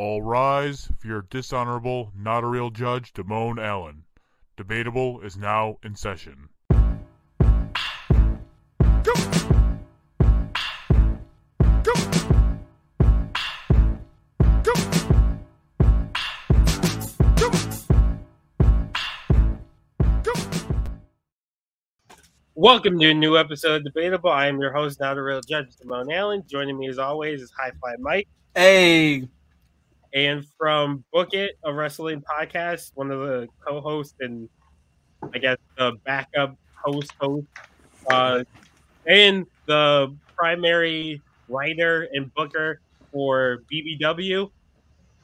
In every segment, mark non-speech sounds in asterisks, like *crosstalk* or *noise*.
All rise for your dishonorable, not a real judge, Damone Allen. Debatable is now in session. Welcome to a new episode of Debatable. I am your host, not a real judge, Damone Allen. Joining me as always is Hi Fi Mike. Hey, And from Book It, a wrestling podcast, one of the co hosts and I guess the backup host host, uh, and the primary writer and booker for BBW,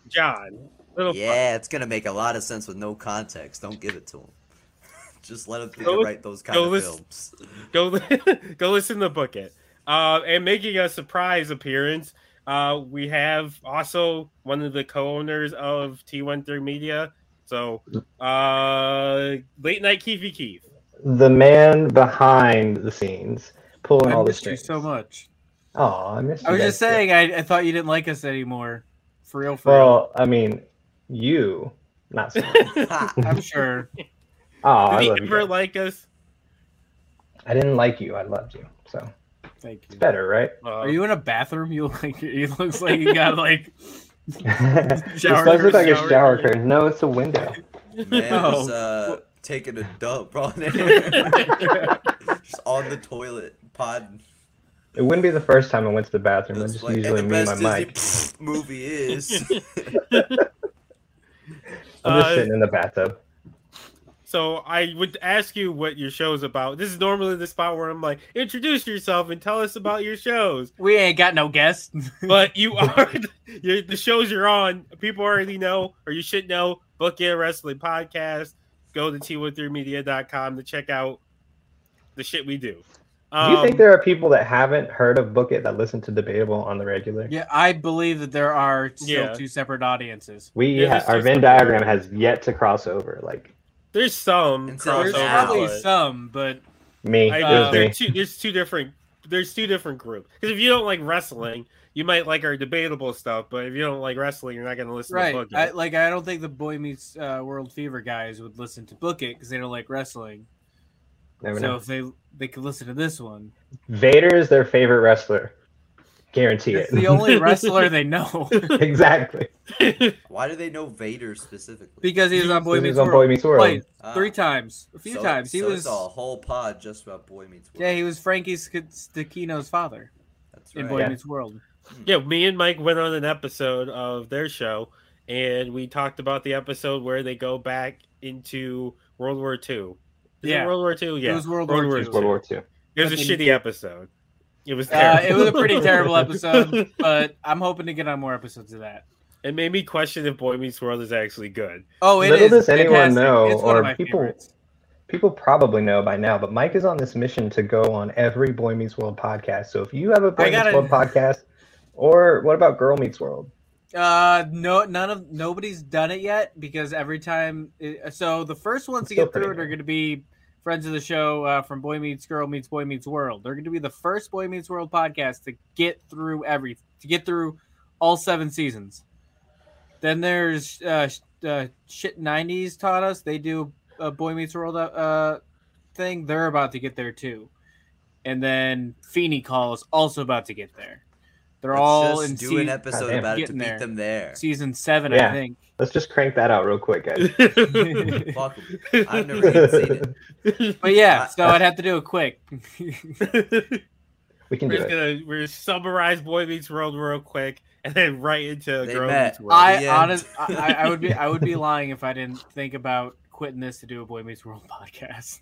John. *laughs* Little Yeah, it's gonna make a lot of sense with no context. Don't give it to him. *laughs* Just let him Go- write those kind go of listen- films. *laughs* go *laughs* li- go listen to book it uh, and making a surprise appearance uh, we have also one of the co-owners of t13 media so uh, late night keefy keef the man behind the scenes pulling I all the missed you strings. so much. Oh, I missed. I you was guys, just too. saying, I, I thought you didn't like us anymore. For real, for Well, I mean, you, not. so *laughs* much. Ha. real. I'm *laughs* sure. Oh, I did love he you. ever guys. like us I didn't like you. I loved you. So Thank it's you. better, right? *laughs* Uh, Are you in a bathroom? You look like you looks like you *laughs* got like this Shower does look like a curtain. shower curtain. No, it's a window. Man *laughs* No. was uh, taking a dump *laughs* on just on the toilet pod. It wouldn't be the first time I went to the bathroom. It's That's just like, and usually the me and best my Disney *laughs* mic. movie is. *laughs* I'm just Uh, sitting in the bathtub. so i would ask you what your show's about this is normally the spot where i'm like introduce yourself and tell us about your shows we ain't got no guests. but you *laughs* are you're, the shows you're on. People already know, or you should know. Book it wrestling podcast. Go to t13media.com to check out the shit we do. Do Um, you think there are people that haven't heard of Book It that listen to Debatable on the regular? yeah, I believe that there are still Yeah. two separate audiences. We Yeah, ha- there's our just Venn some- diagram has yet to cross over. Like there's some And so There's Also, probably crossover? some, but me, I it think uh, was there me. are two, there's two different there's two different groups. Because if you don't like wrestling, you might like our debatable stuff. But if you don't like wrestling, you're not going to listen to right, book I, it. like I don't think the Boy Meets uh, World Fever guys would listen to Book It because they don't like wrestling. Never so know. if they they could listen to this one, Vader is their favorite wrestler. Guarantee it's it. the *laughs* only wrestler they know *laughs* *laughs* exactly. *laughs* Why do they know Vader specifically? because he was on Boy This Meets is on Boy World. Meets World. Like, Ah, three times, a few so- times. He so was it's a whole pod just about Boy Meets World. yeah, he was Frankie Stakino's father That's in right. Boy Yeah. *laughs* Meets World. Yeah, me and Mike went on an episode of their show, and we talked about the episode where they go back into World War II. Is Yeah. it World War II? Yeah, was World War II. World War II. It was a Fucking- shitty episode. It was Uh, terrible. it was a pretty terrible episode, but I'm hoping to get on more episodes of that. *laughs* it made me question if Boy Meets World is actually *laughs* good. Oh, it is. Little does anyone fantastic. know, It's one or of my people- favorites. People probably know by now, but Mike is on this mission to go on every Boy Meets World podcast. So if you have a Boy I gotta- Meets World podcast, or what about Girl Meets World? Uh, no, none of nobody's done it yet because every time. It, so the first ones to Still get through it pretty are new. going to be friends of the show uh, from Boy Meets Girl Meets Boy Meets World. They're going to be the first Boy Meets World podcast to get through every to get through all seven seasons. Then there's uh, sh- uh shit nineties taught us they do a Boy Meets World uh, uh thing. They're about to get there too, and then Feeny Call is also about to get there. They're Let's all just in do season an episode Goddamn. about it to Getting beat there. them there. season seven, I Yeah. think. Let's just crank that out real quick, *laughs* guys. Fuck 'em. I've never even seen it. But yeah, so I'd have to do it quick. We can we're do just it. gonna we're gonna summarize Boy Meets World real quick, and then right into They Girl met. Meets World. I the end. honest, I, I would be, I would be lying if I didn't think about quitting this to do a Boy Meets World *laughs* podcast.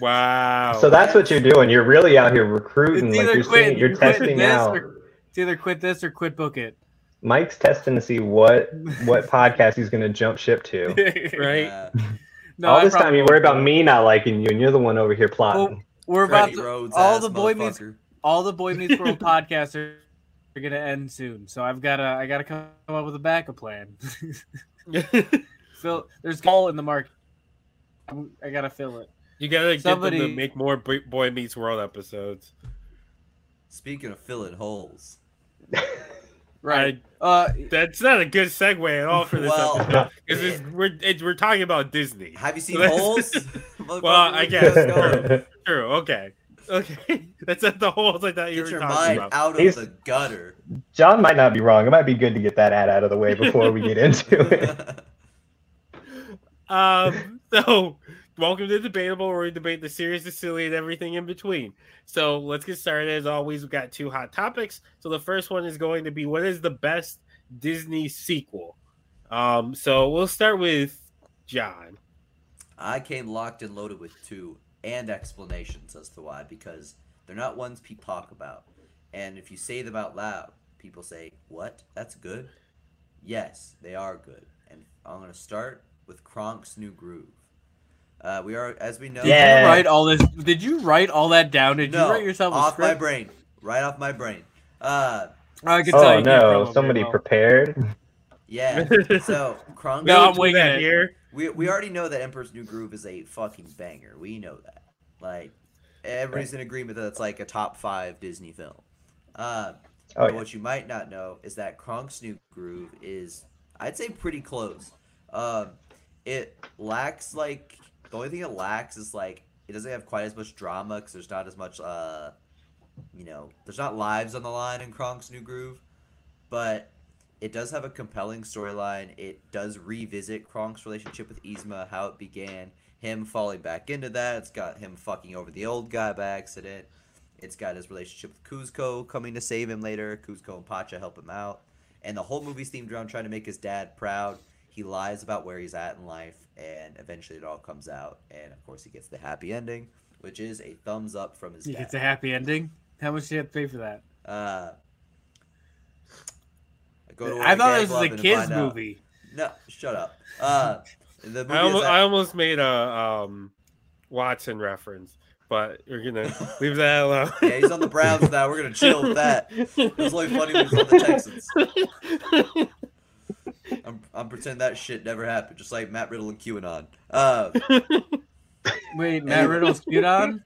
Wow. So that's what you're doing. You're really out here recruiting. It's Like either you're seeing, quit- you're quit testing this out. or- It's either quit this or quit book it. *laughs* Mike's testing to see what what podcast he's going to jump ship to. right. *laughs* Yeah. *laughs* No, All I this time probably Oh. you worry about me not liking you, and you're the one over here plotting. Well, We're about Freddie to, Rhodes all ass the Boy Meets- motherfucker. all the Boy *laughs* Meets World podcasts are, are gonna end soon, so I've gotta, I gotta come up with a backup plan. *laughs* Fill, there's goal in the market. I'm- I gotta fill it. you gotta get them Somebody- to make more Bo- Boy Meets World episodes. Speaking of filling holes, Right. Uh, That's not a good segue at all for this Well, *laughs* episode because it's, we're it's, we're talking about Disney. Have you seen Let's- holes? Well, I guess. *laughs* Let's go. True. Okay. Okay. *laughs* That's not the holes I thought you Get were your talking mind about. out of He's- the *laughs* gutter. John might not be wrong. It might be good to get that ad out of the way before we get into it. Um, *laughs* so, welcome to Debatable, where we debate the serious, the silly, and everything in between. So, let's get started. As always, we've got two hot topics. So, the first one is going to be what is the best Disney sequel? Um, so we'll start with John. *laughs* I came locked and loaded with two and explanations as to why because they're not ones people talk about. And if you say them out loud, people say, "What? That's good." Yes, they are good. And I'm gonna start with Kronk's New Groove. Uh, we are, as we know, did Yeah. you write all this? Did you write all that down? Did No, you write yourself a off my script? brain, right off my brain. Uh, I can tell Oh you can't no, probably somebody well. prepared. Oh, *laughs* yeah. So Kronk's No, I'm Do winging that it. here. We we already know that Emperor's New Groove is a fucking banger. We know that. Like everybody's in agreement that it's like a top five Disney film. Uh, Oh but yeah. what you might not know is that Kronk's New Groove is, I'd say, pretty close. Um, it lacks like the only thing it lacks is like it doesn't have quite as much drama because there's not as much uh, you know, there's not lives on the line in Kronk's New Groove, but it does have a compelling storyline. It does revisit Kronk's relationship with Yzma, how it began, him falling back into that. It's got him fucking over the old guy by accident. It's got his relationship with Kuzco coming to save him later. Kuzco and Pacha help him out. And the whole movie's themed around trying to make his dad proud. He lies about where he's at in life, and eventually it all comes out. And of course, he gets the happy ending, which is a thumbs up from his He dad. gets a happy ending. How much do you have to pay for that? Uh, go to I Orangag thought this was Club a and kids find out. movie. No, shut up. Uh, the movie I almost, is I almost made a um, Watson reference, but you're gonna leave that alone. *laughs* yeah, he's on the Browns now. We're gonna *laughs* chill with that. It was only funny when he's on the Texans. *laughs* I'm, I'm pretending that shit never happened, just like Matt Riddle and QAnon. Uh, *laughs* Wait, Matt Riddle's cute on.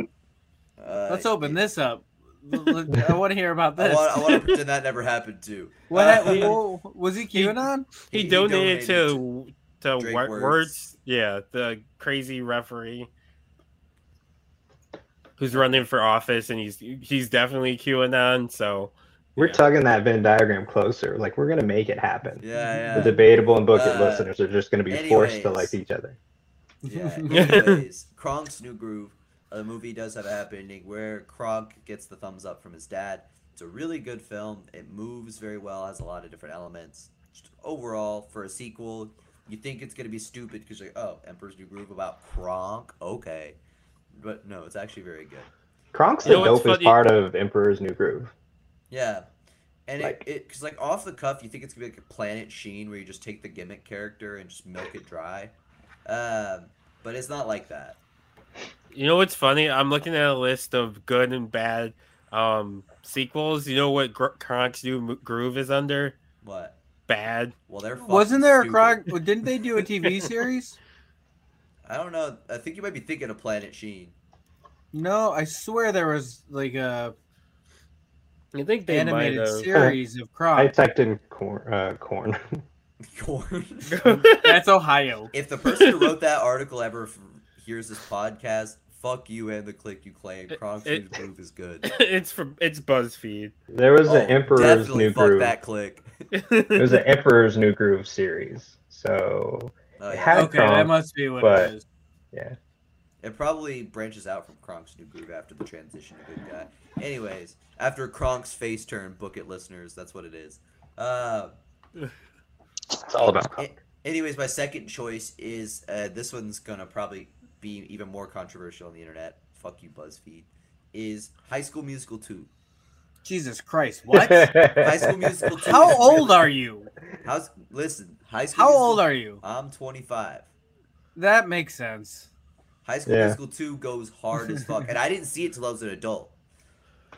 uh, Let's open this up. *laughs* L- l- I want to hear about I this. want, I want to pretend that never happened too. *laughs* *laughs* What Uh, hap- whoa, was he QAnon? he, he donated, donated to to Drake Wor- Wirtz. Wirtz, yeah, the crazy referee who's running for office, and he's he's definitely QAnon. So We're yeah. tugging that Venn diagram closer. Like we're gonna make it happen. yeah, The yeah. debatable and book it Uh, listeners are just gonna be forced to anyways. like each other. Yeah. Yeah. Anyways, Kronk's New Groove. The movie does have a happy ending where Kronk gets the thumbs up from his dad. It's a really good film. It moves very well, has a lot of different elements. Just overall, for a sequel, you think it's going to be stupid because you're like, oh, Emperor's New Groove about Kronk? Okay. But no, it's actually very good. Kronk's the You know what's dopest funny- part of Emperor's New Groove. Yeah. And Like- it, it, cause like off the cuff, you think it's gonna be like a Planet Sheen where you just take the gimmick character and just milk it dry, um, but it's not like that. you know what's funny? I'm looking at a list of good and bad um sequels. You know what Gr- Kronk's new mo- groove is under? What? Bad. Well, they're fucking Wasn't there a stupid. Krog? *laughs* well, Didn't they do a TV series? I don't know. I think you might be thinking of Planet Sheen. *laughs* No, I swear there was like a I think they might animated have. series *laughs* of I Krog. typed in corn. Uh, corn. *laughs* Corn. That's Ohio. if the person who wrote that article ever f- hears this podcast, fuck you and the click you claim. It- Kronk's it- new groove is good. *laughs* it's from it's BuzzFeed. There was an Oh, Emperor's definitely New fuck Groove. that click. *laughs* There was an Emperor's New Groove series. So *laughs* Oh, It yeah. had- Okay, that Krog, must be what but- it is. yeah, It probably branches out from Kronk's new groove after the transition to good guy. Anyways, after Kronk's face turn, book it, listeners. That's what it is. Uh, it's all about Kronk. anyways, my second choice is uh, this one's gonna probably be even more controversial on the internet. Fuck you, BuzzFeed. Is High School Musical two? Jesus Christ! *laughs* What? High *laughs* School Musical two. *laughs* How old are you? How's listen? High School. How old are you? I'm 25. That makes sense. *laughs* High School Yeah. Musical two goes hard as fuck, and I didn't see it till I was an adult. *laughs*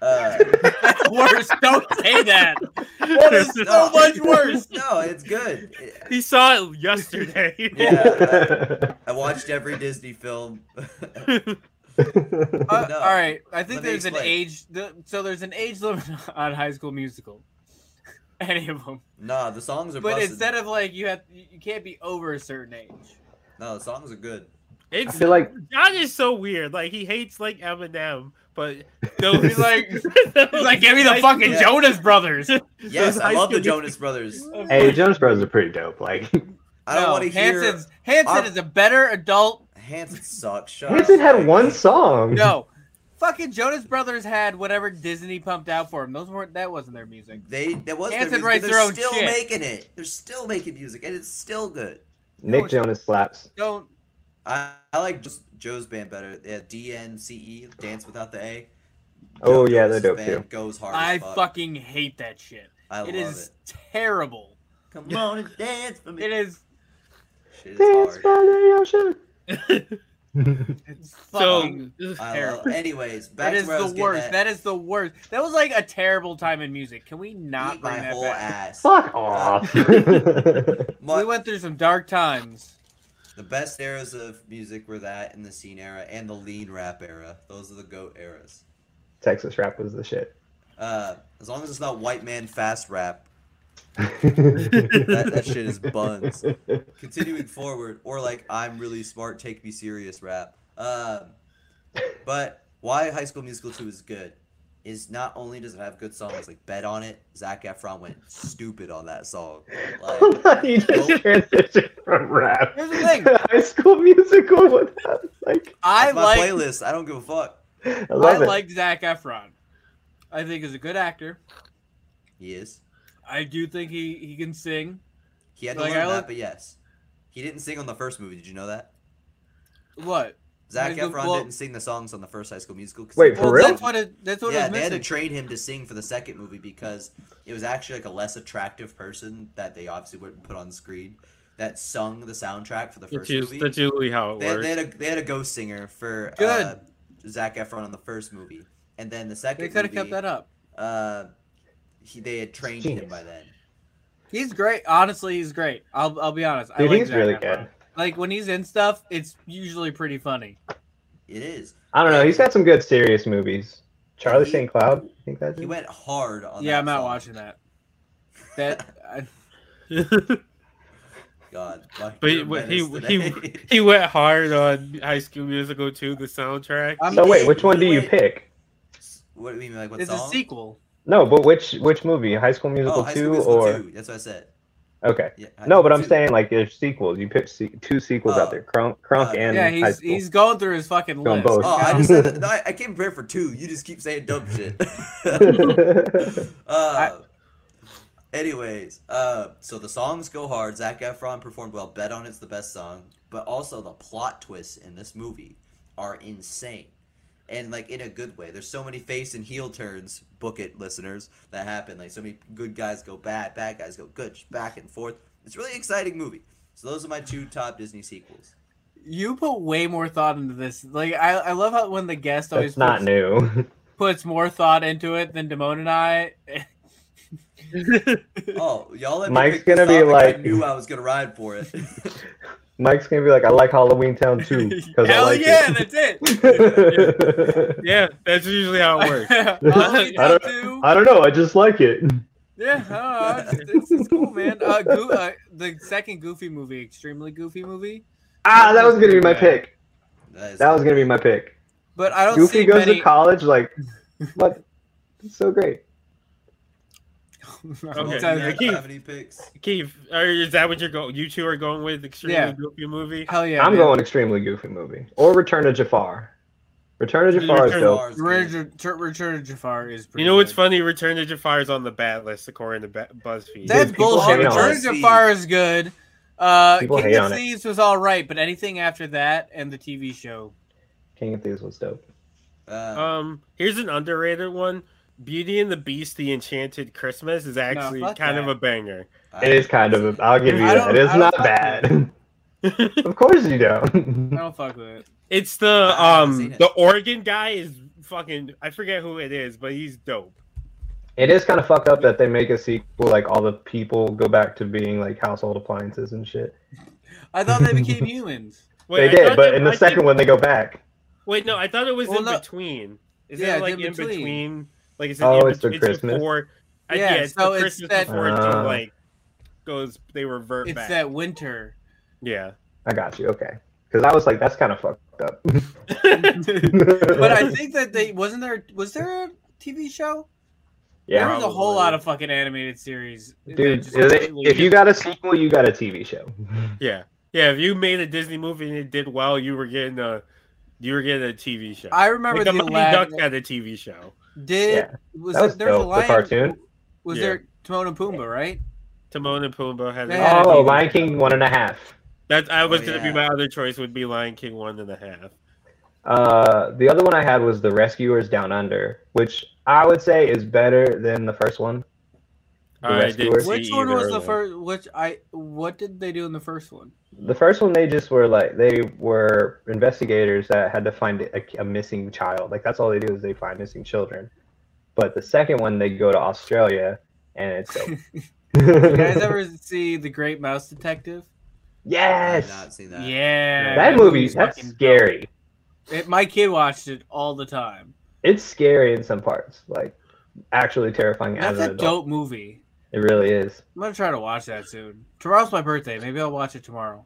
Uh, That's worse. Don't *laughs* say that. That is so No. much *laughs* worse. no, it's good. It- He saw it *laughs* yesterday. Yeah, I watched every Disney film. *laughs* *laughs* Uh, No. All right, I think Let me there's an explain. *laughs* age. The, so there's an age limit on High School Musical. *laughs* any of them. Nah, the songs are. But busted. instead of like you have, you you can't be over a certain age. *laughs* no, the songs are good. *laughs* It's I feel like John is so weird. Like he hates like Eminem, *laughs* but those *laughs* He's like, he's like, give me the fucking Yeah. Jonas Brothers. Yes, Those I Ice love the Cube- Jonas Brothers. hey, Jonas Brothers are pretty dope. Like *laughs* *laughs* I don't No, want to hear. Hanson's, Hanson Our- is a better adult. Hanson sucks. Shut Hanson up. had one song. No, fucking Jonas Brothers had whatever Disney pumped out for them. Those weren't that wasn't their music. They that was their Hanson music, writes but their they're own still shit. making it. They're still making music, and it's still good. Nick it's- Jonas slaps. Don't I, I like just Joe's band better. Yeah, DNCE, E, Dance Without the A. Oh, Joe yeah, they're Jonas' dope, band too. Goes hard. I as fuck. fucking hate that shit. I love It is it. terrible. Come on and dance for me. It is Shit Dance is by hard. the *laughs* ocean. it's so *laughs* fucking. I love terrible. it. Anyways, back That to is where I the was getting worst. at. That is the worst. That was like a terrible time in music. Can we Eat not my bring that whole back? ass. Fuck off. My- We went through some dark times. The best eras of music were that and the scene era and the lean rap era. Those are the goat eras. Texas rap was the shit. Uh, as long as it's not white man fast rap, that, that shit is buns. Continuing forward, or like I'm really smart, take me serious rap. Um, but why High School Musical 2 is good is not only does it have good songs like Bet on It, Zach Efron went stupid on that song. *laughs* Like, *laughs* Hold on, you just Nope. transitioned from rap Here's the *laughs* thing. to High School Musical. Without, like, I that's my like playlist. I don't give a fuck. I I love it. like Zach Efron. I think he's a good actor. He is. I do think he he can sing. He had to Like, learn I that, look- but yes. He didn't sing on the first movie. Did you know that? What? Zach He's the- Efron well- didn't sing the songs on the first High School Musical. 'cause Wait, he- For Well, real? that's what it, that's what yeah, it they was had to missing. train him to sing for the second movie because it was actually like a less attractive person that they obviously wouldn't put on screen that sung the soundtrack for the that's first usually, movie. that's usually how it They, works. they had a they had a ghost singer for Good. uh, Zach Efron on the first movie, and then the second. they could have kept that up. Uh, he, they had trained him Genius. by then. He's great. Honestly, he's great. I'll I'll be honest. I Dude, like he's Zac really Efron. good. Like when he's in stuff, it's usually pretty funny. It is. I don't know. He's had some good serious movies. Charlie He- St. Cloud, I think that's He it. went hard on. yeah, that I'm not song. watching that. That I, *laughs* God, But he- but he- he- *laughs* he went hard on High School Musical 2, the soundtrack. I'm, So Oh, wait, did. which one do you Wait. pick? *laughs* what do you mean? Like what it's song? a sequel. No, but which which movie? High School Musical oh, High School two Musical or 2. That's what I said. okay? Yeah, High No, School but I'm 2. saying like there's sequels. You picked se- two sequels Oh. out there, Crunk, Crunk Uh, and High yeah, he's School. *laughs* he's going through his fucking Doing list. both. Oh, I Yeah. just said that. No, I, I came prepared for two. You just keep saying dumb shit. *laughs* uh, anyways, uh, so the songs go hard. Zach Efron performed well. Bet on it's the best song, but also the plot twists in this movie are insane, and like in a good way. There's so many face and heel turns. Book it, listeners. That happen. Like so many good guys go bad, bad guys go good, just back and forth. It's a really exciting movie. So those are my two top Disney sequels. You put way more thought into this. Like I, I love how when the guest always That's not puts, new. *laughs* puts more thought into it than Damone and I. Oh, y'all! Let me Mike's pick this gonna be topic. I like- knew I was gonna ride for it. Mike's gonna be like, I like Halloween Town *laughs* too because I Hell like yeah, it. *laughs* that's it. *laughs* yeah, that's usually how it works. Halloween *laughs* I Town don't- Two. *laughs* I don't know. I just like it. Yeah, *laughs* I don't know, it's, it's, it's cool, man. Uh, Goo uh, the second Goofy movie, extremely Goofy movie, Ah, that was gonna be my pick. That is *laughs* That was gonna be my pick. but I don't Goofy see goes many. to college. *laughs* Like, what? It's so great. *laughs* Okay. Well, Sounds yeah, like do you you. have *laughs* any picks? Keith, are, is that what you're going? You two are going with extremely Yeah. goofy movie. Hell yeah, I'm man. going extremely goofy movie or Return to Jafar. Return to Jafar Return is to dope. Mars, good. Return, to- Return to Jafar is. Pretty You know what's good. funny? Return to Jafar is on the bad list according to Ba- BuzzFeed. That's Dude, people bullshit. hate on Return it. to Jafar is good. Uh, People King hate of on it. Thieves was all right, but anything after that and the TV show, King of Thieves was dope. Uh, um, here's an underrated one: Beauty and the Beast: The Enchanted Christmas is actually fuck kind of that. a banger. I- It is kind of. A, I'll give you I don't- that. It's I don't not fuck bad. *laughs* *laughs* of course you don't. I don't fuck with it. It's I the haven't seen um it. the Oregon guy is fucking I forget who it is, but he's dope. It is kind of fucked up that they make a sequel. Like all the people go back to being like household appliances and shit. I thought they *laughs* became humans. Wait, I they did, thought but it- in the I second think- one they go back. wait, no, I thought it was Well, in no. between. Is Yeah, it it's like in in between? between. Like it's Oh, in it's for between. Christmas. before. I- Yeah, it's so the it's Christmas that- before it just, Ah. like goes they revert It's back. *laughs* that winter. *laughs* yeah. *laughs* I got you. Okay. Because I was like, that's kind of fucked up. *laughs* But I think that they wasn't there. Was there a TV show? there yeah, was a whole lot of fucking animated series. that dude. just if- completely- if you got a sequel, you got a TV show. Yeah. Yeah, if you made a Disney movie and it did well, you were getting a you were getting a TV show. I remember like the the Mighty Aladdin. Duck had a TV show. Did Yeah. was That was there was a dope, the lion? cartoon. Was Yeah. there Timon and Pumbaa? Right? Timon and Pumbaa had. They had A, a Oh, TV Lion King one and a half. that I was Oh, gonna yeah. be my other choice would be Lion King one and a half. Uh, the other one I had was The Rescuers Down Under, which I would say is better than the first one. The I didn't Rescuers. see Which one either was of the them. first? Which I what did they do in the first one? The first one, they just were like they were investigators that had to find a, a missing child. Like that's all they do is they find missing children. But the second one, they go to Australia, and it's *laughs* You guys dope. ever see the Great Mouse Detective? *laughs* yes, I've not seen that. Yeah, that movie. movie's That's fucking dope. scary. It, my kid watched it all the time. It's scary in some parts, like actually terrifying That's as an a adult. dope movie. It really is. I'm gonna try to watch that soon. Tomorrow's my birthday. Maybe I'll watch it tomorrow.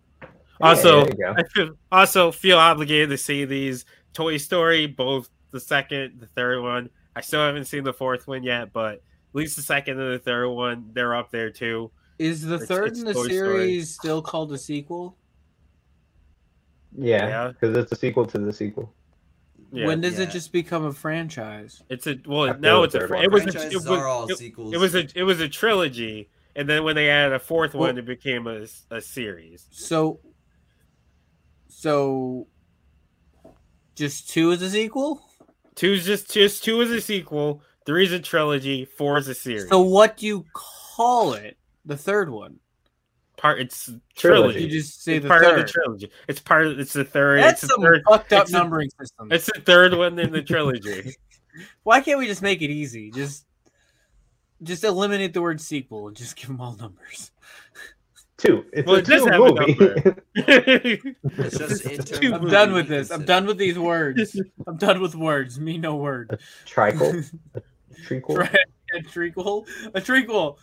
Also- there you go. I feel- also feel obligated to see these Toy Story, both the second, the third one. I still haven't seen the fourth one yet, but at least the second and the third one, they're up there too. Is the It's- third it's in the Toy Story. series still called a sequel? yeah, Yeah. because it's a sequel to the sequel. Yeah. when does Yeah. it just become a franchise? It's a well, After now the it's a third fr- one. it was a, it Franchises was are all it, sequels. it was a it was a trilogy, and then when they added a fourth Well- one, it became a, a series. So, so just two is a sequel. Two's just just two is a sequel, three's a trilogy, four is a series. So what do you call it? The third one. part it's Trilogy. trilogy. You just say it's the part third. of the trilogy. It's part of it's the third. it's That's the some third. fucked up it's a- numbering system. It's the third one in the *laughs* trilogy. *laughs* Why can't we just make it easy? Just, just eliminate the word sequel and just give them all numbers. Two. It's Well, a it does two have a movie. number. That's *laughs* It's just in terms I'm of I'm what done we with this. I'm consider. done with these words. I'm done with words. Me no word. *laughs* Tricle. A treacle. Right? a trequel. A trequel.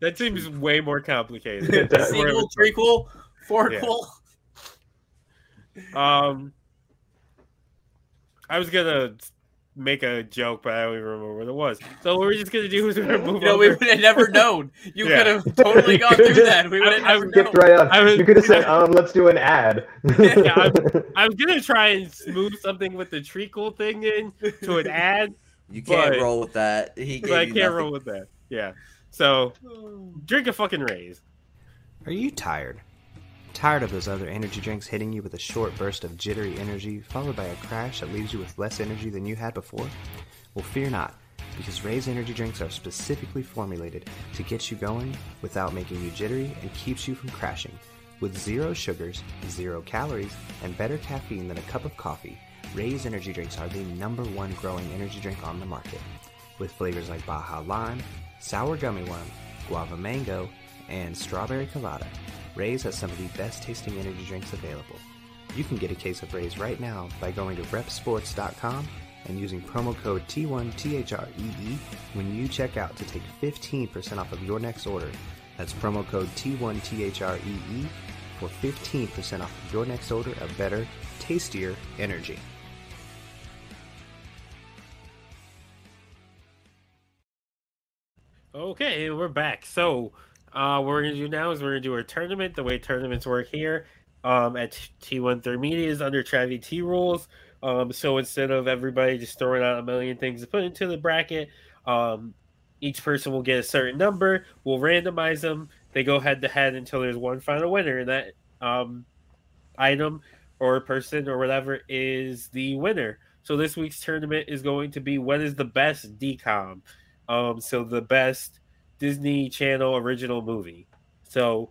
that seems way more complicated. It *laughs* A does. That's where sequel. it Trequel. Fourquel. was- Um, I was gonna make a joke, but I don't even remember what it was. So what we're just gonna do *laughs* is we're gonna move You know, over. we would *laughs* have never known. You Yeah. could have *laughs* totally gone You through could've that. We would have I- I never known. Skipped right up. I was- you could *laughs* have said, um, let's do an ad. Yeah, I I was gonna try and smooth something with the treacle thing in to an ad, You can't But- roll with that. He gave but I you can't nothing. roll with that. Yeah. So drink a fucking raise. Are you tired? *laughs* Tired of those other energy drinks hitting you with a short burst of jittery energy, followed by a crash that leaves you with less energy than you had before? Well, fear not, because Ray's energy drinks are specifically formulated to get you going without making you jittery and keeps you from crashing. With zero sugars, zero calories, and better caffeine than a cup of coffee, Ray's energy drinks are the number one growing energy drink on the market with flavors like Baja Lime, Sour Gummy Worm, Guava Mango, and Strawberry Colada. Ray's has some of the best tasting energy drinks available. You can get a case of Ray's right now by going to repsports.com and using promo code T1THREE E when you check out to take 15% off of your next order. That's promo code T1THREE E for 15% off of your next order of better, tastier energy. Okay, and we're back. So, uh, what we're gonna do now is we're gonna do our tournament. The way tournaments work here, um, at T13 Media is under Travi T rules. Um, so instead of everybody just throwing out a million things to put into the bracket, um, each person will get a certain number. We'll randomize them. They go head to head until there's one final winner, and that um, item or person or whatever is the winner. So this week's tournament is going to be what is the best decom. Um, so the best Disney Channel original movie. So,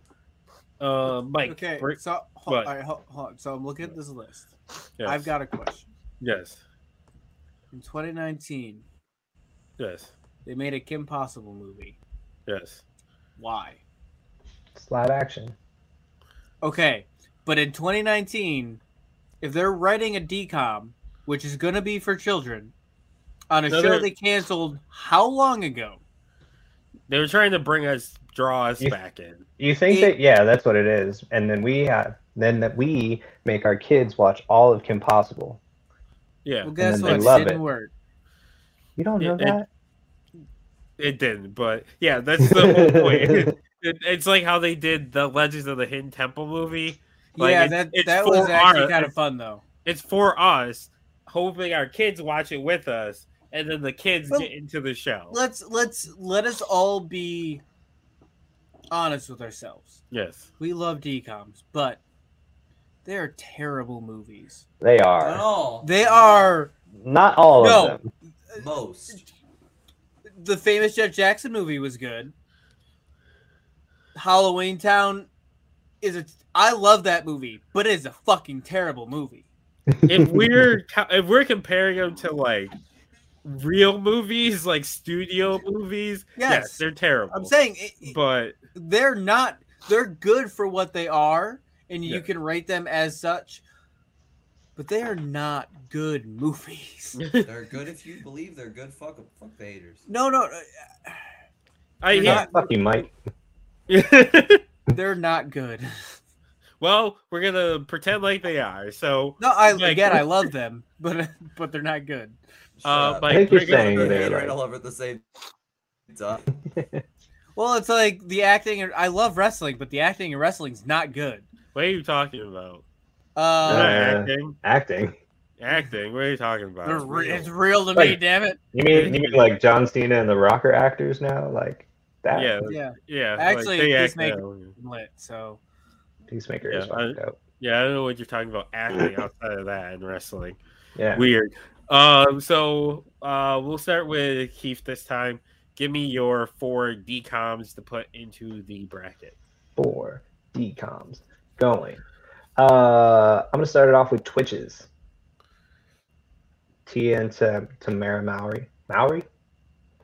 uh, Mike, Okay, break- so hold, what? all right, hold, hold on. So I'm looking at this list. yes, I've got a question. yes, In 2019, yes, they made a Kim Possible movie. yes. Why? It's live action. Okay, but in 2019, if they're writing a decom, which is going to be for children, on a No, show they're- they canceled how long ago? They were trying to bring us, draw us You- back in. You think It- that yeah, that's what it is, and then we have then that we make our kids watch all of Kim Possible. Yeah, Well, guess then what? they love didn't it. work. You don't know Yeah, that. it didn't, but yeah, that's the *laughs* whole point. It- it's like how they did the Legends of the Hidden Temple movie. Like, yeah, it's- that it's that was for actually our- kind of fun though. It's for us, hoping our kids watch it with us, and then the kids Well, get into the show. Let's let's let us all be honest with ourselves. Yes. We love DComs, but they're terrible movies. *laughs* They Not are all. They are not all No. of them. most. the famous Jeff Jackson movie was good. Halloween Town is a I love that movie, but it is a fucking terrible movie. if we're *laughs* co- if we're comparing them to like real movies, like studio movies, yes, Yes. they're terrible. I'm saying it, it- but they're not they're good for what they are and you Yeah. can rate them as such but they are not good movies They're good if you believe they're good. Fuck 'em. Fuck the haters. *laughs* no no uh, I You're yeah. not- Fuck you, Mike. they're not good *laughs* well, we're gonna pretend like they are. So, no i Like- again i love them but *laughs* but they're not good Shut Uh, up. Mike, I think you're bring up saying They're they're hater like, and all over at the same time. well it's like the acting and- i love wrestling but the acting in wrestling's not good what are you talking about? We're not uh Uh, acting, acting. acting. What are you talking they're about? re- it's real to me Like- damn it You mean you mean like John Cena and the Rocker actors now? Like that Yeah, yeah yeah. like, Actually, they this act make- now. lit so Peacemaker is Yeah, fucked up. yeah. I don't know what you're talking about acting outside of that and wrestling. Yeah. Weird. Um, so uh, we'll start with Keith this time. Give me your four DComs to put into the bracket. four DComs going. Uh, I'm gonna start it off with Twitches. Tia and to Tamara Maori. Maori?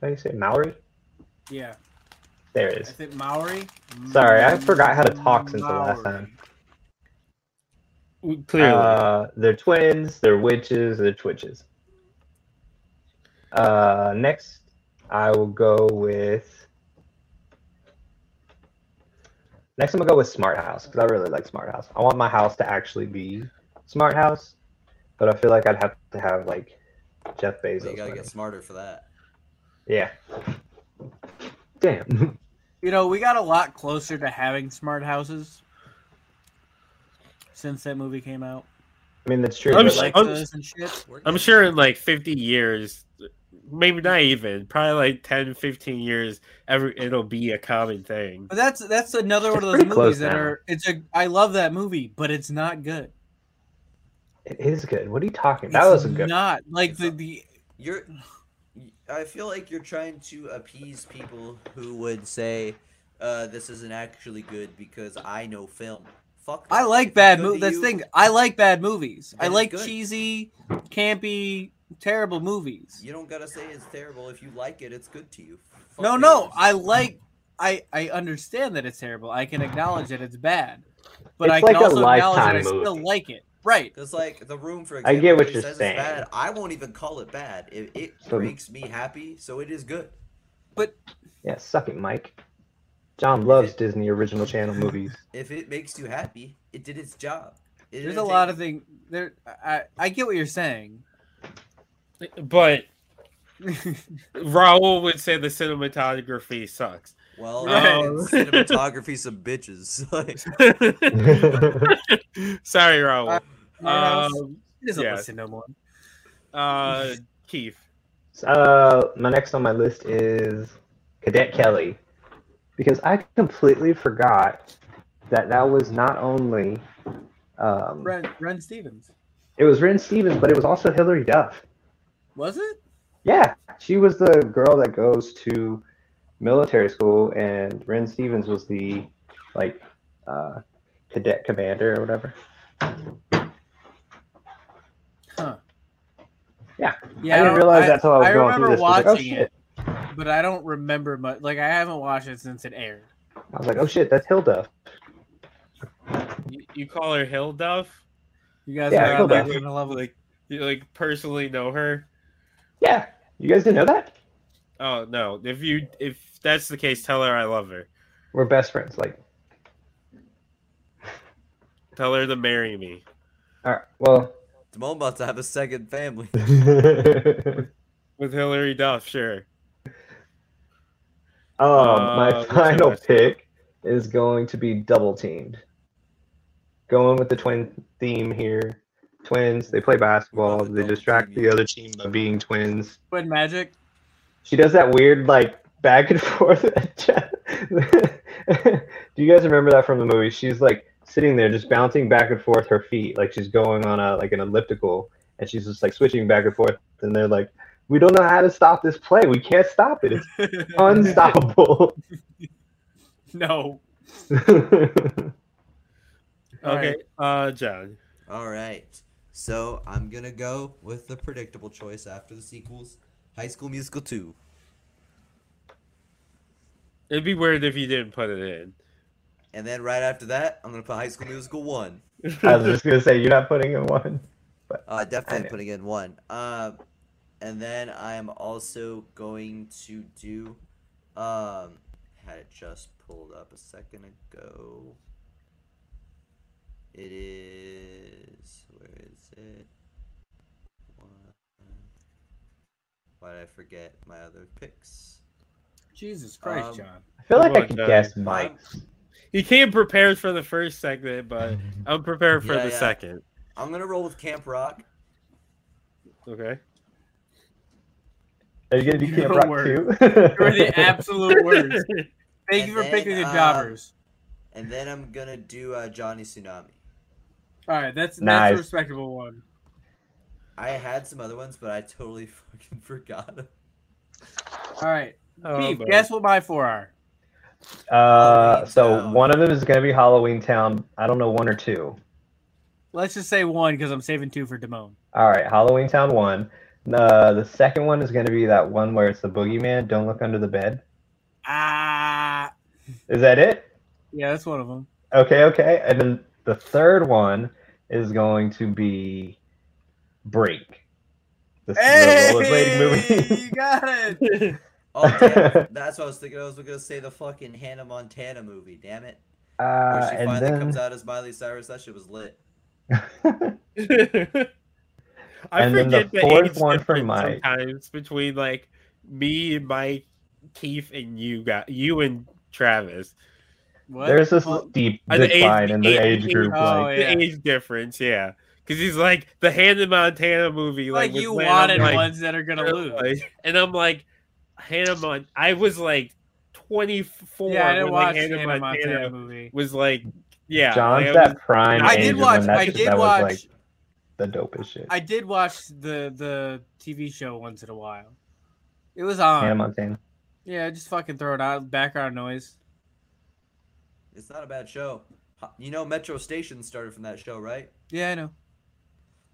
How do you say it? Maori? yeah There it i is. think maori Sorry, I forgot how to talk since the last Maori. time. Clearly, Uh, they're twins. They're witches. They're twitches. Uh, next, I will go with. Next, I'm gonna go with Smart House because I really like Smart House. I want my house to actually be Smart House, but I feel like I'd have to have like Jeff Well, you Bezos. gotta money. get smarter for that. Yeah. Damn. *laughs* You know, we got a lot closer to having smart houses since that movie came out. I mean, that's true. I'm but, sh- like, Alexas and shit. We're I'm getting sure in like 50 years, maybe not even, probably like 10, 15 years, every it'll be a common thing. But that's that's another one of those pretty close movies that now. are. It's a. I love that movie, but it's not good. it is good. What are you talking? That was It's a good. Not like It's the not. the. You're. I feel like you're trying to appease people who would say, uh, "This isn't actually good because I know film." Fuck. I that. If like it's bad good movies. to That's the you, thing. I like bad movies. I Then it's like good. cheesy, campy, terrible movies. You don't gotta say it's terrible. If you like it, it's good to you. Fuck no, no. haters. I like. I I understand that it's terrible. I can acknowledge that it's bad, but It's I can like a also acknowledge that Lifetime I still movie. like it. Right. Because like the room, for I example, get what it you're says it's saying. Bad. I won't even call it bad. It, it So- makes me happy, so it is good. Yeah, suck it, Mike. John loves Disney original channel movies. If it makes you happy, it did its job. It There's a lot of entertained things there. I, I get what you're saying. But Raul would say the cinematography sucks. *laughs* you. *laughs* Well, No. man, cinematography some bitches. *laughs* Like, Sorry, Raul. Man, Um, he doesn't yeah. listen no more. uh, Keith. *laughs* uh, my next on my list is Cadet Kelly, because I completely forgot that that was not only um, Ren, Ren Stevens. it was Ren Stevens, but it was also Hilary Duff. Was it? Yeah, she was the girl that goes to military school, and Ren Stevens was the like uh, cadet commander or whatever. Yeah. I didn't realize that. that's how I was I going through remember this. I was like, oh watching shit! it, but I don't remember much. Like I haven't watched it since it aired. I was like, oh shit, that's Hilda. You, you call her Hill Duff? You guys Yeah, are go on that back. level. Like, you like personally know her? Yeah, You guys didn't know that? Oh no! If you if that's the case, tell her I love her. We're best friends. Like, Tell her to marry me. all right, well. Damone about to have a second family. with Hillary Duff, sure. um, Uh, my which final one? pick is going to be double teamed. Going with the twin theme here. Twins, they play basketball, Love the they double distract teaming. the other team by being twins. Twin magic. She does that weird like back and *laughs* forth. Do you guys remember that from the movie? She's like sitting there just bouncing back and forth her feet, like she's going on a like an elliptical, and she's just like switching back and forth. And they're like, "We don't know how to stop this play. We can't stop it. It's *laughs* unstoppable." No. *laughs* All Okay, right. uh, John. All right. So I'm gonna go with the predictable choice after the sequels, High School Musical two. It'd be weird if you didn't put it And then right after that, I'm gonna put High School Musical one. in. I was just gonna say, you're not putting in one. Uh, definitely know. putting in one. Um, and then I'm also going to do. Um, had it just pulled up a second ago. It is. Where is it? One. Why did I forget my other picks? Jesus Christ, Um, John. I feel Come like I on, could guys. guess Mike's. he came prepared for the first segment, but I'm prepared for Yeah, the yeah. second. I'm gonna roll with Camp Rock. Okay. Are you gonna do You're Camp the Rock worst. too? *laughs* You're *laughs* the absolute worst. Thank And you for then, picking the uh, jobbers. And then I'm gonna do uh, Johnny Tsunami. All right, that's that's Nice. a respectable one. I had some other ones, but I totally *laughs* fucking forgot. 'em. All right, Beef, but- guess what my four are. Uh, Halloween so Town. one of them is gonna be Halloween Town. I don't know one or two. Let's just say one because I'm saving two for Damone. All right, Halloween Town one. The the second one is gonna be that one where it's the boogeyman. Don't look under the bed. Ah, Is that it? yeah, that's one of them. Okay, okay. And then the third one is going to be Break. The, the rollerblade you *laughs* got it. Oh, damn. That's what I was thinking. I was gonna say the fucking Hannah Montana movie. Damn it! Where *laughs* Uh, she and finally then comes out as Miley Cyrus. That shit was lit. *laughs* I And then the forget the, fourth age one for difference Mike. sometimes between like me and Mike, Keith, and you got you and Travis. What? there's this Well, deep Uh, the age- decline in the the age age- group. oh, like, Yeah. The age difference, yeah, because he's like the Hannah Montana movie, like, like with you Lana, wanted like, ones that are gonna lose. Like, and I'm like, Hannah Mon. I was like 24 yeah, I didn't when watch like, Hannah, Hannah Montana, Montana movie. was like, yeah. John's like, I that prime I um, I age did of watch. when that I shit- did that watch. was like the dopest shit. I did watch the the TV show once in a while. It was on. Hannah Montana. Yeah, just fucking throw it out. Background noise. It's not a bad show. Ha- You know, Metro Station started from that show, right? Yeah, I know.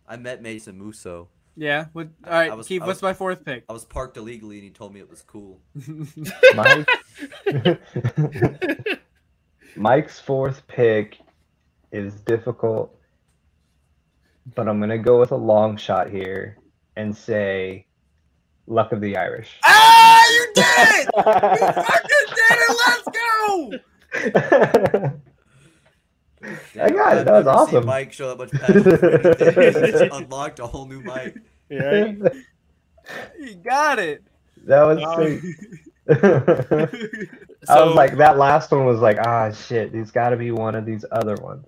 I met Mason Musso. Yeah. What? All I right, was- Keith. I was- What's Oh. my fourth pick? I was parked illegally, and he told me it was cool. *laughs* Mike. *laughs* Mike's fourth pick is difficult, but I'm gonna go with a long shot here and say luck of the Irish. *laughs* ah, you did it! You fucking did it! Let's go! I got it. I've That was never seen awesome. Mike show that much passion. for *laughs* anything. *laughs* unlocked a whole new Mike. Yeah. You got it. *laughs* that was Um, sweet. I was like, that last one was like, ah, shit, there's got to be one of these other ones.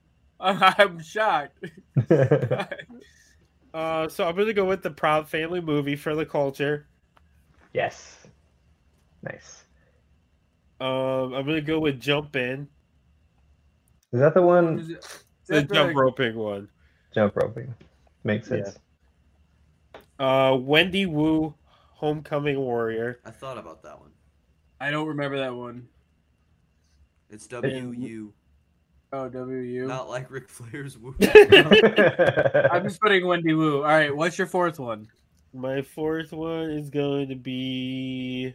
*laughs* I'm shocked. Uh, so I'm gonna go with the Proud Family movie for the culture. yes. Nice. Um, I'm gonna go with jump in *laughs* Is that the one Is it- the is that jump roping one. jump roping? Makes Yeah. sense. Uh, Wendy Wu, Homecoming Warrior. I thought about that one. I don't remember that one. It's W U, Oh, WU. not like Ric Flair's woo. *laughs* *laughs* I'm just putting Wendy Wu. All right, what's your fourth one? My fourth one is going to be.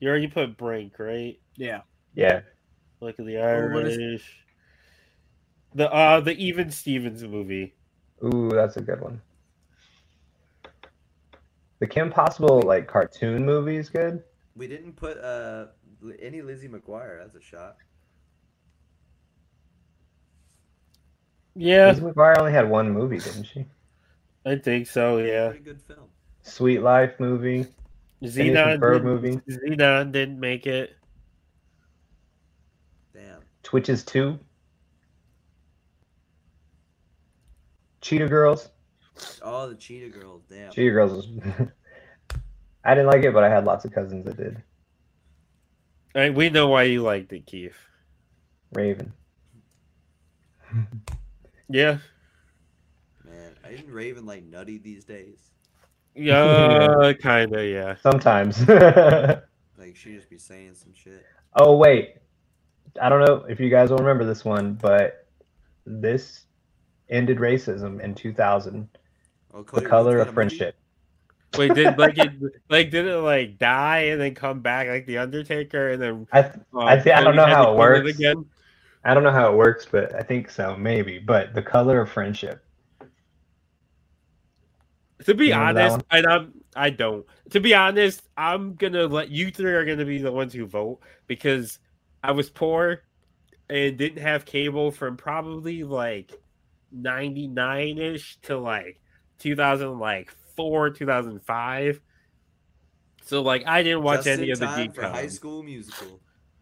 You already put Brink, right? Yeah. yeah. Look at the Oh, what Irish. is- The uh the Even Stevens movie. Ooh, that's a good one. The Kim Possible like cartoon movie is good. *laughs* We didn't put uh li- any Lizzie McGuire. That's a shot. Yeah, Lizzie McGuire only had one movie, didn't she? I think so. Oh, Yeah, Pretty good film. Sweet Life movie. Xenon Bird did, movie. Xenon didn't make it. Damn. Twitches two. Cheetah Girls. Oh, the Cheetah Girls. Damn. Cheetah Girls was. *laughs* I didn't like it, but I had lots of cousins that did. All right, we know why you liked it, Keith. Raven. Yeah, Man, I didn't Raven like Nutty these days. yeah, kind of. Yeah, Sometimes. *laughs* Like she just be saying some shit. oh wait, I don't know if you guys will remember this one, but this ended racism in 2000. Oh, Cody, The what's that, Color a of movie? Friendship. wait, did like it like did it like die and then come back like the Undertaker and then I th- uh, I thi- I Cody don't know had how to come it in works. again? I don't know how it works, but I think so, maybe. But the color of friendship. To be You remember that honest, one? and I'm I don't. To be honest, I'm gonna let you three are gonna be the ones who vote because I was poor and didn't have cable from probably like ninety nine ish to like two thousand like four, two thousand five. So like I didn't watch Just any in of the time for High decons. School Musical.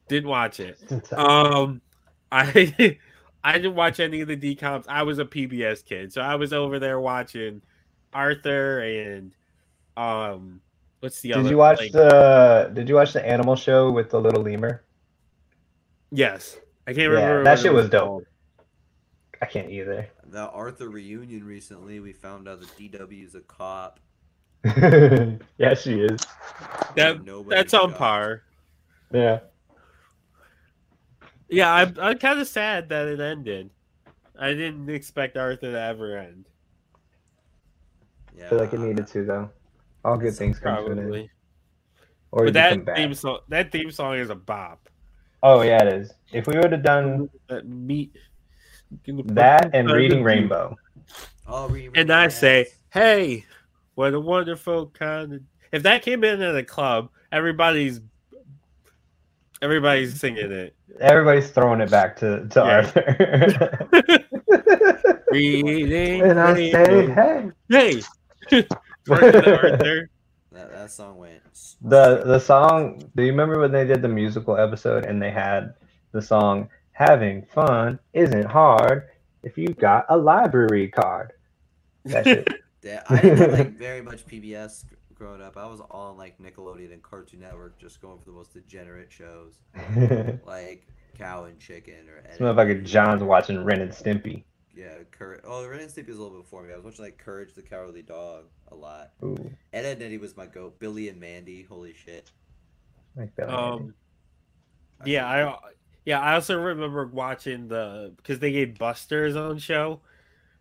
Didn't watch it. *laughs* That's Um, *laughs* I I didn't watch any of the decomps. I was a PBS kid, so I was over there watching Arthur and um, what's the did other? you watch like- the Did you watch the animal show with the little lemur? Yes, I can't Yeah, remember. that what it shit was dope. called. I can't either. *laughs* The Arthur reunion recently, we found out that DW's a cop. yeah, she is. That- Nobody That's on got- par. Yeah. Yeah, I'm I'm kind of sad that it ended. I didn't expect Arthur to ever end. Yeah, I feel like it I- needed to though. All good things come to an end. Probably, Or you but come that back. theme song that theme song is a bop. Oh yeah, it is. If we would have done That meat that and Uh, reading the- Rainbow, Oh, Reunion and I yes. say, "Hey, what a wonderful kind of." If that came in at a club, everybody's everybody's singing it. everybody's throwing it back to to Yeah. Arthur. Reading, *laughs* and I say, reading. hey. "Hey, Arthur, the Arthur." that, that song went. s- the the song. Do you remember when they did the musical episode and they had the song "Having Fun Isn't Hard If You Got a Library Card"? That *laughs* shit. *laughs* Yeah, I didn't have, like very much PBS gr- growing up. I was on like Nickelodeon and Cartoon Network, just going for the most degenerate shows like Cow and Chicken or. This motherfucker John's watching Ren and Stimpy. Yeah, Courage. Oh, Ren and Stimpy was a little before me. I was watching like Courage the Cowardly Dog a lot. Ooh, Ed, Ed and Eddie was my goat. Billy and Mandy, holy shit. like that. Um, yeah, I yeah, I also remember watching the because they gave Buster's on show.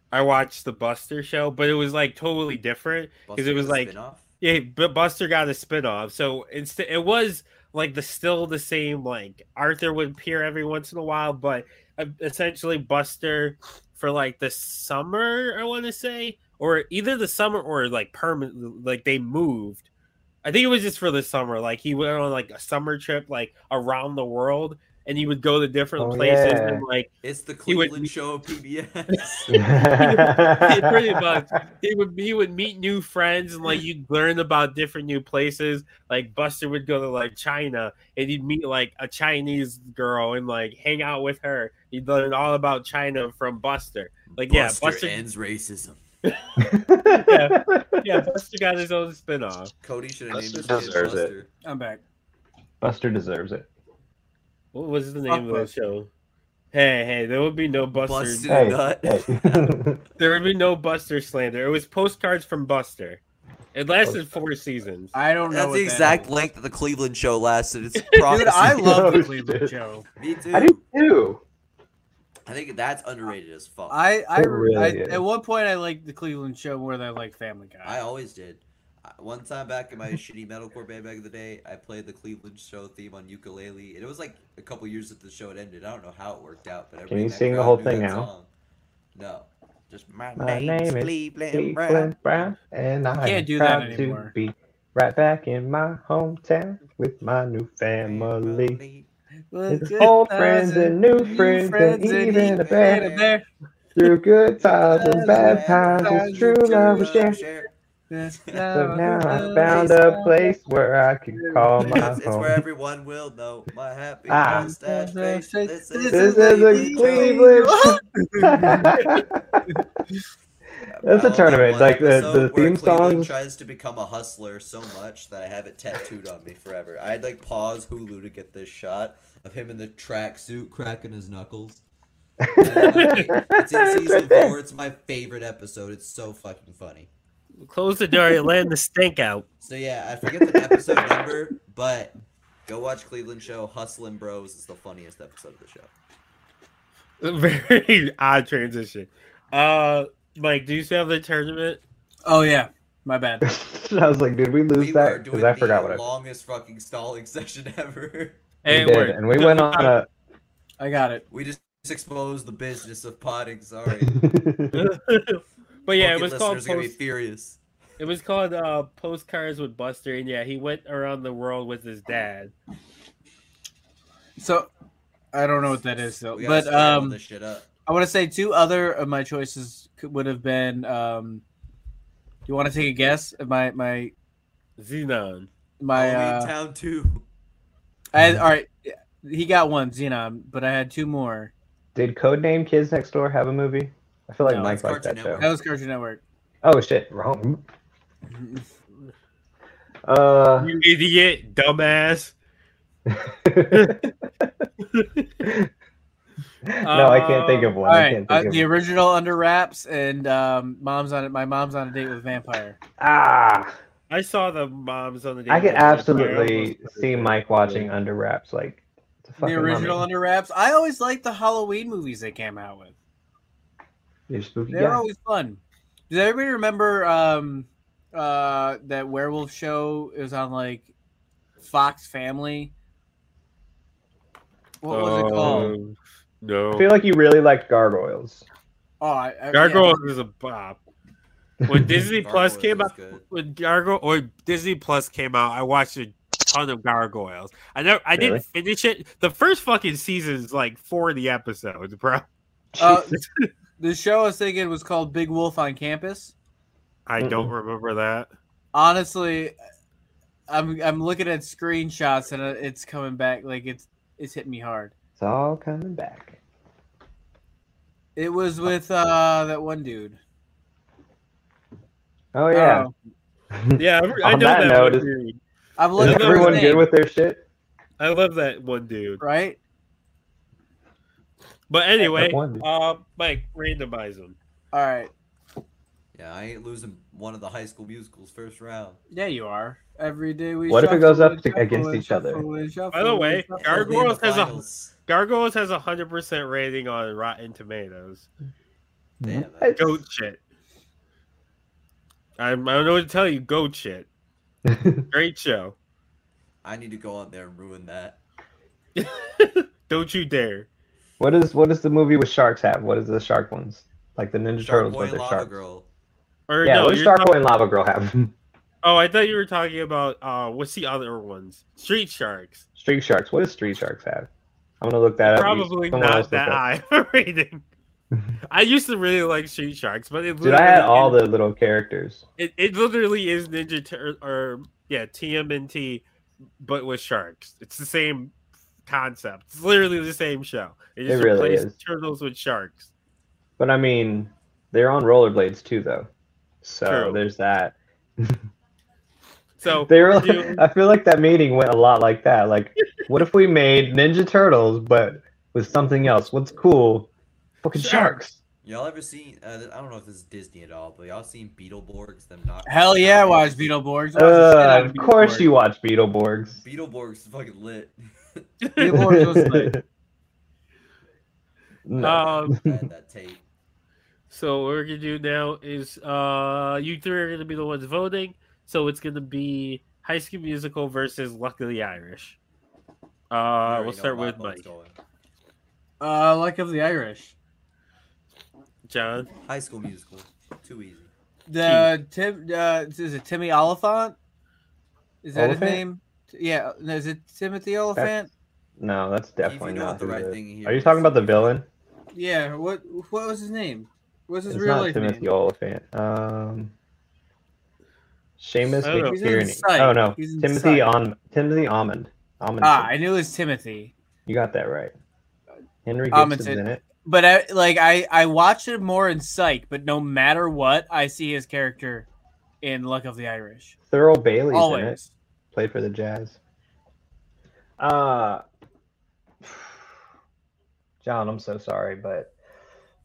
I watched the Buster show, but it was like totally different. Buster it was got a like- spin-off? Yeah, but Buster got a spinoff. So instead, it was like the still the same. Like Arthur would appear every once in a while, but uh, essentially Buster for like the summer, I want to say, or either the summer or like permanent. Like they moved. I think it was just for the summer. Like he went on like a summer trip, like around the world, and he would go to different Oh, places yeah. and like It's the He would- Cleveland show of PBS. pretty much. he would he would meet new friends and like you'd learn about different new places. Like Buster would go to like China and he'd meet like a Chinese girl and like hang out with her. He'd learn all about China from Buster. *laughs* Like yeah, Buster, Buster ends racism. yeah. yeah, Buster got his own spinoff. Cody should have named Buster his kid deserves it. Buster. I'm back. Buster deserves it. What was the name of the show? Hey, hey, there would be no Buster. Busted Hey, nut. hey. There would be no Buster slander. It was postcards from Buster. It lasted four seasons. I don't know. That's what the that exact *laughs* is. length that the Cleveland show lasted. It's *laughs* Dude, *laughs* I prophecy. love Oh, the Cleveland shit. show. Me too. *laughs* I I, do too. think that's underrated as fuck. I, I I, It really I is. at one point I liked the Cleveland show more than I liked Family Guy. always did. I- One time back *laughs* in my shitty metalcore band back in the day, I played the Cleveland show theme on ukulele, and it was like a couple years after the show had ended. I don't know how it worked out, but everybody you in that sing the crowd whole knew thing that now? song. No, Just my, My name is name is Cleveland, Brown. Cleveland Brown, and I Can't am do that proud anymore. to be right back in my hometown with my new family. It's old friends and new friends, and even a bear. Through good times and bad times, it's true love we share. So now I found a place where I can *laughs* call Oh, my It's, it's where home. everyone will know my happy Ah. mustache face. This is, This is a Cleveland. *laughs* That's a I love tournament, one like, the- episode the where Cleveland theme songs- tries to become a hustler so much that I have it tattooed on me forever. I had like pause Hulu to get this shot of him in the tracksuit cracking his *laughs* knuckles. it's in It's season *laughs* right there. four. It's my favorite episode. It's so fucking funny. Close the door. You're letting the stink out. So yeah, I forget the episode number, but go watch Cleveland Show Hustlin' Bros. It's the funniest episode of the show. *laughs* Very odd transition. Uh, Mike, do you still have the tournament? Oh yeah, my bad. *laughs* I was like, did we lose we were that? doing Because I the forgot what I longest fucking stalling *laughs* session ever. we it did, worked. and we went on a. I got it. We just exposed the business of potting. *laughs* Sorry. but yeah, it Fucking was called listeners are gonna be post, furious. it was called uh, postcards with Buster, and yeah, he went around the world with his dad. So I don't know what that is though, We gotta but scramble um, this shit up. I want to say two other of my choices could, would have been. Um, you want to take a guess? at My my Xenon. my. Halloween Uh, Town Two. I had, all right, yeah, he got one Xenon, but I had two more. Did Codename Kids Next Door have a movie? I feel like No, Mike it's liked Cartoon that Network. show. That was Cartoon Network. Oh shit, wrong. Uh, *laughs* You idiot, dumbass. no, I can't think of one. All I right, can't uh, think of the original Under Wraps and um, Mom's on it. My mom's on a date with a vampire. Ah, I saw the moms on the. I could Daily Mail. absolutely see Mike watching Under Wraps. Like it's a The fucking original mummy. Under Wraps. I always liked the Halloween movies they came out with. You're spooky They're guy. always fun. Does everybody remember um, uh, that werewolf show? It was on like Fox Family. What was it called? Um, I No, feel like you really liked Gargoyles. Oh, I, I, Gargoyles is a bop. When *laughs* Disney Plus Gargoyles came was out, good. when Gargoyle or Disney Plus came out, I watched a ton of Gargoyles. I never, I didn't finish it. The first fucking season's like forty episodes, bro. Yeah. Uh, the show I was thinking was called Big Wolf on Campus. I don't remember that. honestly i'm i'm looking at screenshots and uh, it's coming back like it's it's hitting me hard It's all coming back. it was with uh that one dude Oh yeah. Oh, *laughs* Yeah, I, I On know that that, note, one is- dude. i'm Is looking at everyone his good name, with their shit? I love that one dude. right But anyway, That one. uh, Mike, randomize them. all right Yeah, I ain't losing one of the High School Musicals first round. yeah you are every day we What if it shuffle goes up and to- shuffle against and each other? shuffle and shuffle By the and way, shuffle. It'll be in the Gargoyles has a- finals. Gargoyles has a hundred percent rating on Rotten Tomatoes. Damn, What? Goat shit. I, I don't know what to tell you. Goat shit. *laughs* Great show. I need to go on there and ruin that. Don't you dare. What is what does the movie with sharks have? What is the shark ones? Like the Ninja Shark Turtles, Boy but and they're Lava sharks. Girl. Or Yeah, no, what does you're Shark talk- Boy and Lava Girl have? *laughs* oh, I thought you were talking about uh, what's the other ones? Street Sharks. Street sharks. What does street sharks have? I'm gonna look that up. You- Probably someone else not look that up. high of a *laughs* *laughs* rating. I used to really like Street Sharks, but it Dude, I had literally all is- the little characters. It, it literally is Ninja Tur- or yeah TMNT, but with sharks. It's the same concept. It's literally the same show. They just It really replaced is. turtles with sharks. But I mean, they're on rollerblades too, though. So True. there's that. So They were. do- *laughs* I feel like that meeting went a lot like that. Like, what if we made Ninja Turtles, but with something else? What's cool? Fucking sharks. Y'all ever seen? Uh, I don't know if this is Disney at all, but y'all seen Beetleborgs? Them not. hell yeah watch beetleborgs Watch the shit Uh, out of course, *laughs* you watch Beetleborgs. Beetleborgs is fucking lit. *laughs* *laughs* Beetleborgs was like- No. um, I had that tape. so what we're gonna do now is uh you three are gonna be the ones voting. So it's gonna be High School Musical versus Luckily Irish. You Uh, already we'll know start my with vote's Mike. going. uh luck of the irish John. High School Musical. Too easy. The Tim uh, is it Timmy Oliphant? Is that Oliphant? his name? T- Yeah, no, is it Timothy Oliphant? No, that's definitely if you know not what the who right it is. thing here Are you is. talking about the villain? Yeah. What What was his name? What's his It's real not life Timothy name? Oliphant. Um, Seamus I don't know. He's in McTierney. Sight. Oh no, He's in Timothy Sight. on Timothy Almond. Almond. Ah, I knew it was Timothy, you got that right. Henry Amundsen. Gibson's in it. but I like I I watched it more in Psych, but no matter what, I see his character in Luck of the Irish Thurl Bailey's in it. always. Played for the Jazz. Uh, *sighs* John, I'm so sorry, but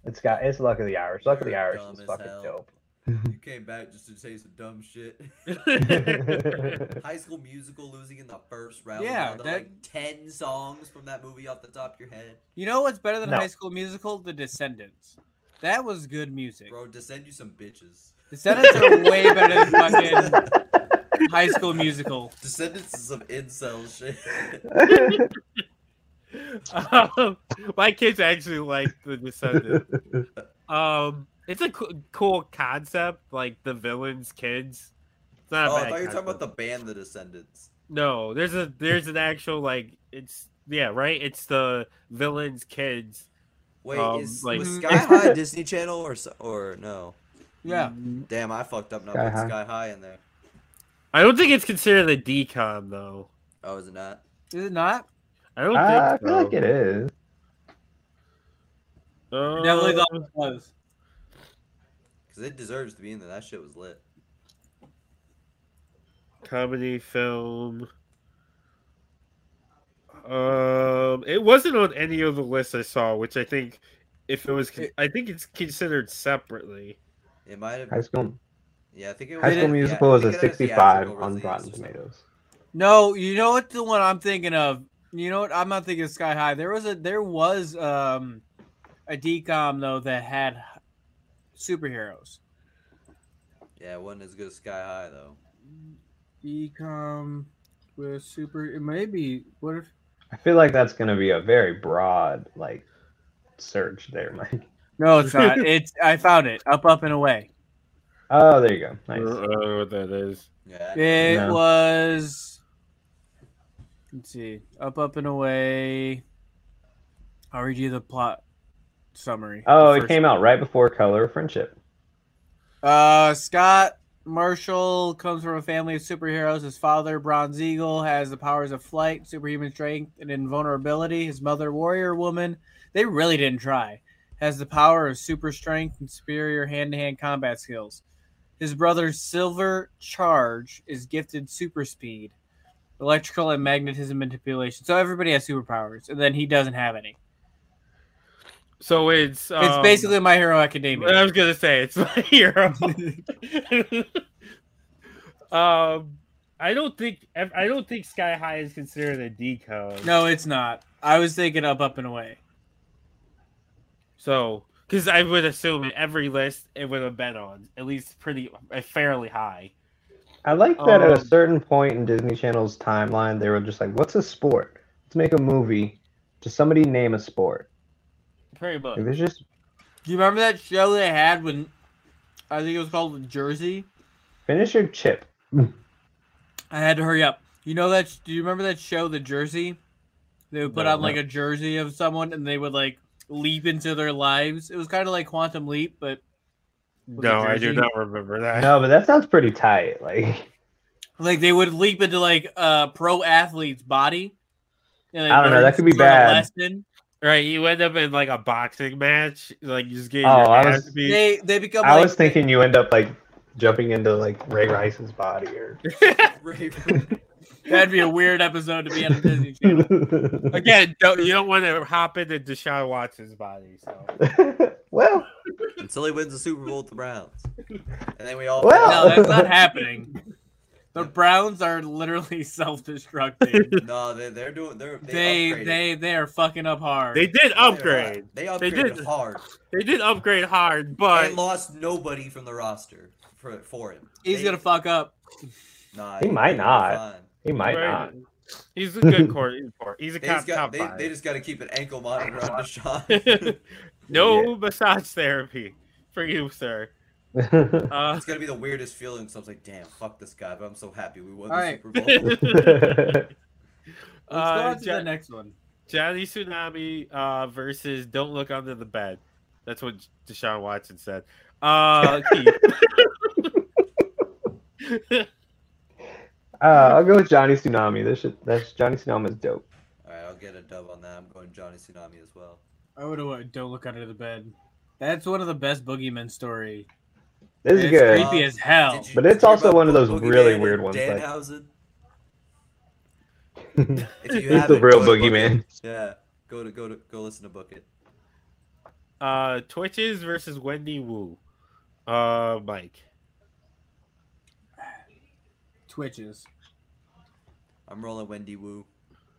it's got it's luck of the Irish. Luck of the You're Irish dumb is as fucking hell. *laughs* dope. You came back just to say some dumb *laughs* shit. *laughs* High School Musical losing in the first round. Yeah, Now they're that- like ten songs from that movie off the top of your head, You know what's better than No. High School Musical? The Descendants. That was good music. bro. To send you some bitches. Descendants are way better than fucking *laughs* High School Musical. Descendants is some *laughs* incel shit. Um, my kids actually like the Descendants. Um, it's a co- cool concept, like the villain's kids. It's not. a oh, I bad thought you were talking about concept. the band, The Descendants. No, there's a there's an actual like it's yeah right. It's the villain's kids. Wait, Um, is like- *laughs* was Sky High Disney Channel or so- or no? Yeah. Damn, I fucked up. Not Sky putting High. Sky High in there. I don't think it's considered a decom though. Oh, is it not? Is it not? I don't I think feel like it is. Uh, Definitely thought it was. Because it deserves to be in there. That shit was lit. comedy film. Um, it wasn't on any of the lists I saw, which I think if it was, con- I think it's considered separately. It might have. High School Yeah, I think it was. High School yeah, Musical I is think a it had 65 theatrical on release Rotten or something. Tomatoes. No, you know what the one I'm thinking of. You know what I'm not thinking of Sky High. There was a there was um a decom though that had superheroes. Yeah, it wasn't as good as Sky High though. Decom with super it may be what if I feel like that's going to be a very broad like search there, Mike. *laughs* No it's not. it's I found it. Up up and away. Oh, there you go. I don't Nice. know what oh, that is. *laughs* Yeah. It No. was. Let's see. Up, up, and away. I'll read you the plot summary. Oh, it came out right before Color of Friendship. Uh, Scott Marshall comes from a family of superheroes. His father, Bronze Eagle, has the powers of flight, superhuman strength, and invulnerability. His mother, Warrior Woman, they really didn't try, has the power of super strength and superior hand to hand combat skills. His brother, Silver Charge, is gifted super speed, electrical and magnetism manipulation. So everybody has superpowers, and then he doesn't have any. So it's um, It's basically My Hero Well, I Academia. was gonna say it's my *laughs* *laughs* hero. um, I don't think I don't think Sky High is considered a deco. No, it's not. I was thinking up, up, and away. So, because I would assume in every list it would have been on at least pretty uh, fairly high. I like that at a Um, certain point in Disney Channel's timeline, they were just like, "What's a sport? Let's make a movie. Just somebody name a sport." Pretty much. Like, there's just Do you remember that show they had when I think it was called Jersey? finish your chip. I had to hurry up. You know that? Do you remember that show, The Jersey? They would put No, on like a jersey of someone, and they would like leap into their lives. It was kind of like Quantum Leap, but with a No, I do jersey. not remember that. No, but that sounds pretty tight. Like Like they would leap into like a pro athlete's body. and I don't know, that could be bad. Lesson. Right, you end up in like a boxing match, like you just getting Oh, your I ass was- beat. They they become. I like, was thinking, you end up like jumping into like Ray Rice's body or *laughs* Raven. *laughs* that'd be a weird episode to be on a *laughs* Disney Channel. again. Again, don't, you don't want to hop into Deshaun Watson's body. So well, *laughs* Until he wins the Super Bowl with the Browns, and then we all. Well- No, that's not happening. The Browns are literally *laughs* self-destructing. no, they, they're doing. They're, they they upgraded. they they are fucking up hard. they did They are- upgrade. They They upgraded did. hard They did upgrade hard, but and lost nobody from the roster for for him. He's They- gonna fuck up. Nah, He might they're not. fine. he might Right. not. he's a good court. He's a, court. He's a They top, just got. top *laughs* They, five. they just got to keep an ankle monitor on Deshaun. they No massage therapy for you, sir. Uh, *laughs* It's gonna be the weirdest feeling. So I was like, damn, fuck this guy, but I'm so happy we won All the right. Super *laughs* Bowl. Let's go uh, on to Jo- the next one. Johnny Tsunami uh, versus Don't Look Under the Bed. That's what Deshaun Watson said. *laughs* Uh, Keith, *laughs* uh, I'll go with Johnny Tsunami. This shit, that's Johnny Tsunami is dope. All right, I'll get a dub on that. I'm going Johnny Tsunami as well. I would have don't look under the bed. That's one of the best boogeyman story. This is It's good. creepy as hell. Did you But it's hear also about one of Bo- those Boogeyman really and weird ones, like- Danhausen? If you He's the haven't, real go to Book It. boogeyman. Yeah, go to go to go listen to Book It. uh, Twitches versus Wendy Wu. Uh, Mike. *laughs* Twitches. I'm rolling Wendy Wu.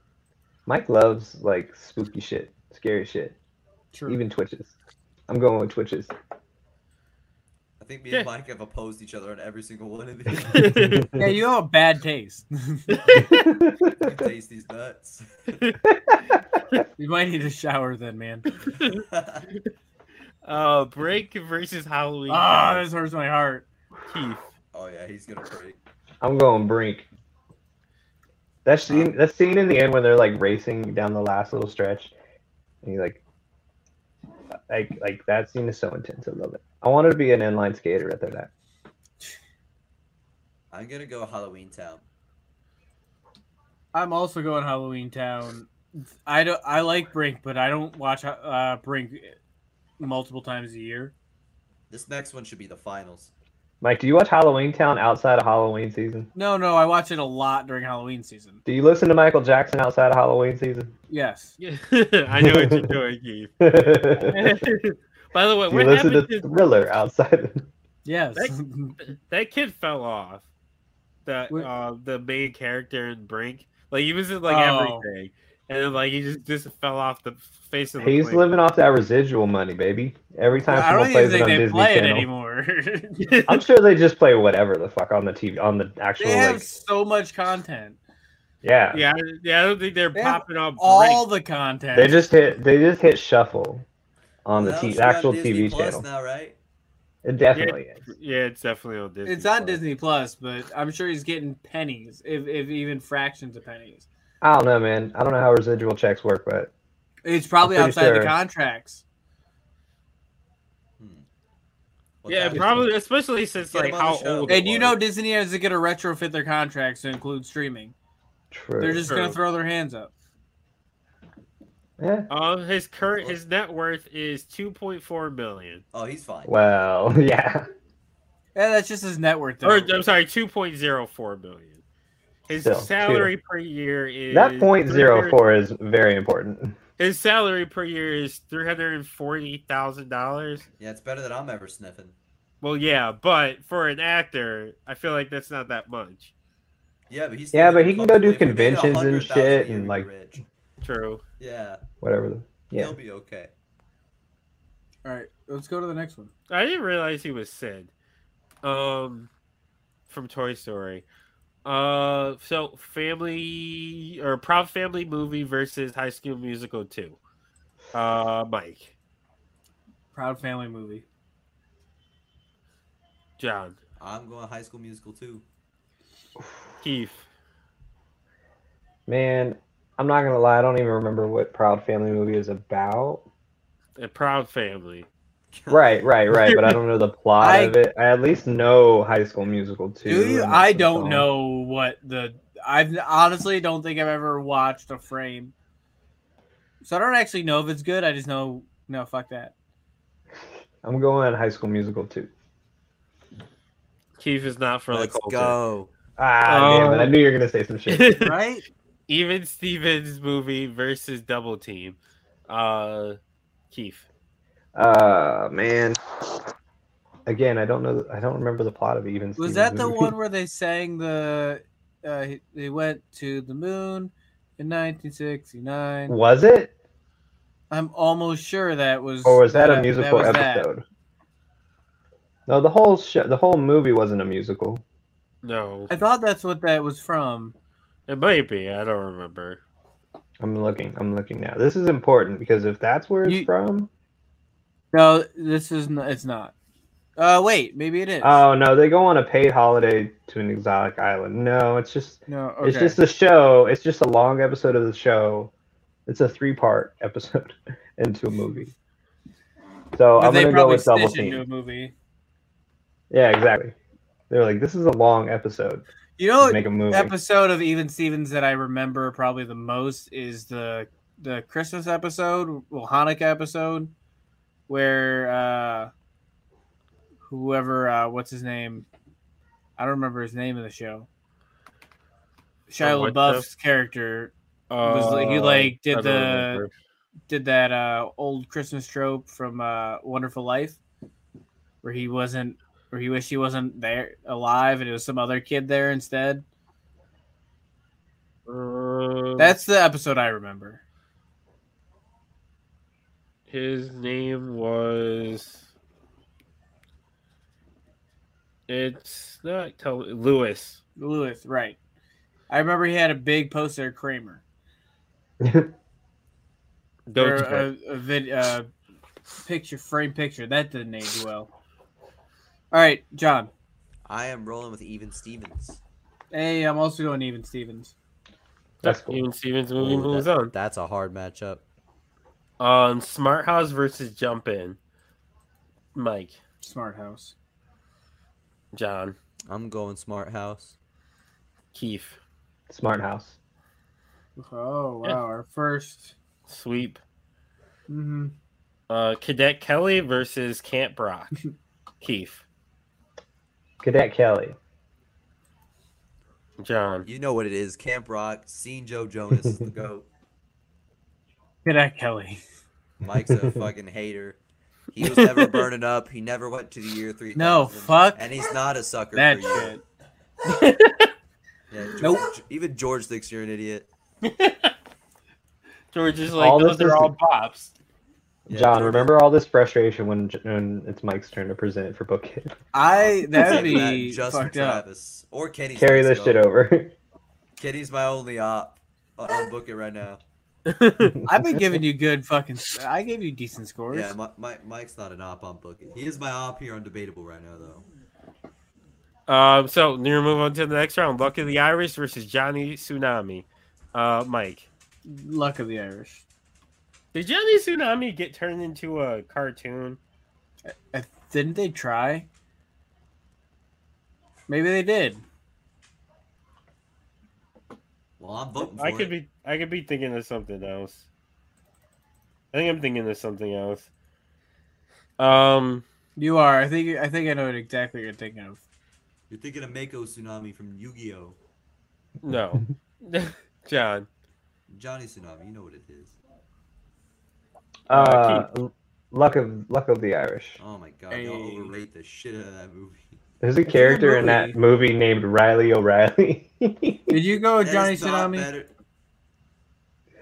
*laughs* Mike loves like spooky shit, scary shit, True. even twitches. I'm going with *laughs* twitches. I think me Yeah. and Mike have opposed each other on every single one of these. *laughs* yeah, you have a bad taste. *laughs* Taste these nuts. *laughs* you might need a shower then, *laughs* man. uh, Break versus Halloween. Ah, Town. this hurts my heart. Keith. oh yeah, he's gonna break. *laughs* I'm going Brink. That scene, that scene in the end when they're like racing down the last little stretch, and you like, like, like that scene is so intense. I love it. I wanted to be an inline skater after that. I'm gonna go Halloween Town. I'm also going Halloween Town. I don't. I like Brink, but I don't watch uh, Brink multiple times a year. This next one should be the finals. Mike, do you watch Halloween Town outside of Halloween season? No, no, I watch it a lot during Halloween season. Do you listen to Michael Jackson outside of Halloween season? *laughs* Yes. *laughs* I know what you're doing, Keith. do you *laughs* By the way, what listen happened to to Thriller outside? Of... Yes. *laughs* that kid fell off. The What- uh, the main character in Brink, like he was in like Oh. everything, and then like he just just fell off the face of the. He's plane. living *laughs* off that residual money, baby. Every time I don't someone plays even it think on they Disney play Channel, it anymore. *laughs* I'm sure they just play whatever the fuck on the TV on the actual they have like so much content. yeah. Yeah, I- yeah, I don't think they're They have popping up. All All the content. They just hit. They just hit shuffle on the Well, t- should be on actual Disney TV Plus channel. now, right? It definitely is. yeah, it's definitely on Disney. it's on Plus. Disney Plus, but I'm sure he's getting pennies, if, if even fractions of pennies. I don't know, man. I don't know how residual checks work, but It's probably pretty outside sure. the contracts. What Yeah, time is probably, it? especially since Get like him on how the show. old. it And you was. know Disney has to get a retrofit their contracts to include streaming. true. They're just going True. to throw their hands up. Yeah. Uh, his current his net worth is two point four million, Oh, he's fine. Well, *laughs* yeah. Yeah, that's just his net worth. or though. I'm sorry, two point zero four million. His Still, salary per year is That point zero four is very important. His salary per year is three hundred and forty thousand dollars. Yeah, it's better than I'm ever sniffing. Well, yeah, but for an actor, I feel like that's not that much. Yeah, but he's Yeah, still but he can go comfortably- do if he made conventions and 100,000 a shit year, and, he'd be like- rich. True. Yeah, Whatever. The, yeah. he'll be okay. All right, let's go to the next one. I didn't realize he was Sid, um, from Toy Story. Uh, so family or proud family movie versus High School Musical two. Uh, Mike, Proud family movie. John, I'm going High School Musical too. Keith. Man, I'm not gonna lie. I don't even remember what Proud Family movie is about. A proud family. Right, right, right. But I don't know *laughs* the plot I- of it. I at least know High School Musical two. Do you? and I the don't song. know what the. I honestly don't think I've ever watched a frame. So I don't actually know if it's good. I just know. No, *laughs* fuck that. I'm going High School Musical two. Keith is not for the culture. go. Ah, damn it! I Oh. Um, knew you were gonna say some shit. *laughs* Right? *laughs* Even Stevens movie versus Double Team. Uh, Keith. Uh man. Again, I don't know. I don't remember the plot of even. Was Stevens that the movie. one where they sang the? Uh, they went to the moon in 1969. Was it, I'm almost sure that was. or was that a was musical that. episode? No, the whole show, the whole movie wasn't a musical. No, I thought that's what that was from. it might be. I don't remember. I'm looking. I'm looking now. This is important because if that's where it's You- from, No, this is not, it's not. Uh, wait, maybe it is. Oh no, they go on a paid holiday to an exotic island. No, it's just no, okay. it's just a show. It's just a long episode of the show. It's a three part episode *laughs* into a movie. So But I'm they gonna go probably with double snitched into a team. movie. Yeah, exactly. They're like, this is a long episode. You know, Make a movie. episode of Even Stevens that I remember probably the most is the the Christmas episode, well Hanukkah episode, where uh whoever uh what's his name, I don't remember his name in the show. Shia what LaBeouf's character was like- he, Uh, like, did I don't the- remember. did that uh old Christmas trope from uh Wonderful Life, where he wasn't, where he wished he wasn't there alive, and it was some other kid there instead. Um, That's the episode I remember. his name was. It's not tell Lewis. Lewis, right. I remember he had a big poster of Kramer. Go Or to a, a vid, uh, picture, frame picture. That didn't age well. All right, John. I am rolling with even Stevens. Hey, I'm also going even Stevens. That's cool. Even Stevens movie Ooh, moves that- on. That's a hard matchup. Um, Smart House versus Jump In. Mike, Smart House. John, I'm going Smart House. Keith, *laughs* Smart house. Oh, wow. Yeah. Our 1st Sweep. Mm-hmm. Uh, Cadet Kelly versus Camp Rock. Keith, Cadet Kelly. John, You know what it is. Camp Rock, seen Joe Jonas is the *laughs* GOAT. Cadet Kelly. Mike's a fucking hater. He was never burning up. He never went to the year three. No, fuck And he's not a sucker that for you. shit. Yeah, George, Nope. Even George thinks you're an idiot. George is like All those this are is- all bops. Yeah, John, George- remember all this frustration when, when it's Mike's turn to present for Book Kid. I, that would Take that, be Justin fucked up. Travis or Kenny. Carry this shit *laughs* over. *laughs* Kenny's my only op. I- I'll book it right now. I've been giving you good fucking. I gave you decent scores. Yeah, my, my, Mike's not an op. I'm booking. He is my op here on debatable right now though. Um, so we move on to the next round. Luck of the Irish versus Johnny Tsunami. Uh, Mike, Luck of the Irish. did Johnny Tsunami get turned into a cartoon? Uh, Didn't they try? Maybe they did. Well, I'm voting. For I could it. be, I could be thinking of something else. I think I'm thinking of something else. Um, You are. I think. I think I know exactly what you're thinking of. You're thinking of Mako Tsunami from Yu-Gi-Oh. *laughs* no, *laughs* John, Johnny Tsunami, you know what it is. Uh, luck of luck of the Irish. Oh my god, y'all Hey. overrate the shit out of that movie. There's a character in that movie named Riley O'Reilly. *laughs* Did you go with That Oh, Johnny is not Tsunami? better-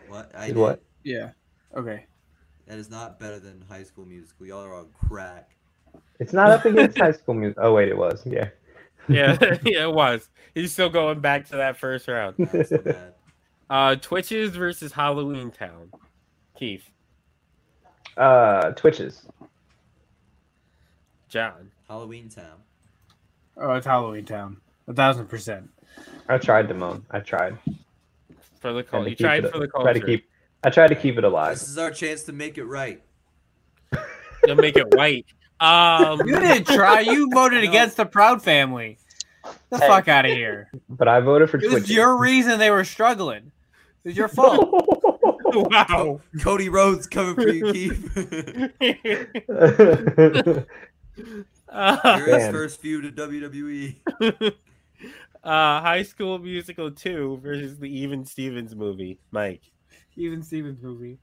What? I Did did what? Yeah. Okay. That is not better than High School Musical. Y'all are on crack. it's not up against High School Musical. Oh wait, it was. Yeah. yeah, *laughs* yeah, it was. He's still going back to that first round. That's so *laughs* bad. Uh, Twitches versus Halloween Town. Keith, Uh, Twitches. John, Halloween Town. Oh, it's Halloween Town. A thousand percent. I tried Damone. I tried. for the Had call. to You keep tried it- for the tried to culture. keep. I tried to keep it alive. This is our chance to make it right. You'll make it white. *laughs* Um, You didn't *laughs* try. You voted No. against the Proud Family. The Hey. fuck out of here. But I voted for It Twitches. was your reason they were struggling. It was *laughs* your fault. wow. Cody Rhodes coming for you, *laughs* Keith. Your *laughs* uh, Man. first feud to WWE. Uh, High School Musical 2 versus the Even Stevens movie. Mike, Even Stevens movie.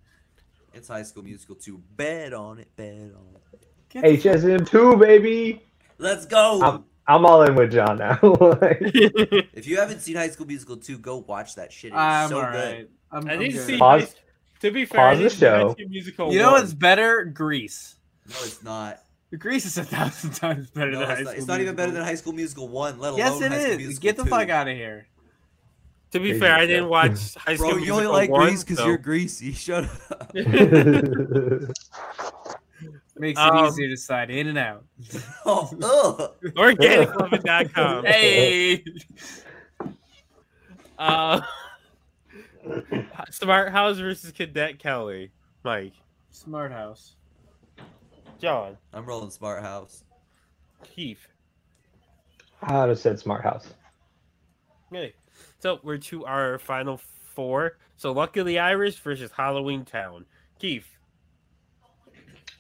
It's High School Musical 2. Bet on it. Bet on it. Get the HSM two baby. Let's go. I'm I'm all in with John now. *laughs* Like, if you haven't seen High School Musical 2, go watch that shit. It's I'm so all good. right. I'm, I I'm didn't good. see. Pause- to be fair, I pause the didn't see High show. School Musical You know one. what's better? Grease. No, it's not. Grease is a *laughs* thousand times better No, than it's High not, School it's not even better Musical. than High School Musical 1, let alone Yes, it High School is. Musical Get the 2. fuck out of here. To be Crazy fair, I show. didn't watch High School Bro, you Musical *laughs* only like *laughs* 1, *laughs* Grease because so- you're greasy. Shut up. Makes Um, it easier to slide in and out. oh, ugh. *laughs* Organiclovin.com. Hey, Uh, Smart House versus Cadet Kelly. Mike. smart house. John. I'm rolling smart house. Keith. I would have said smart house. Okay. So we're to our final four. So Luck of the Irish versus Halloween Town. Keith.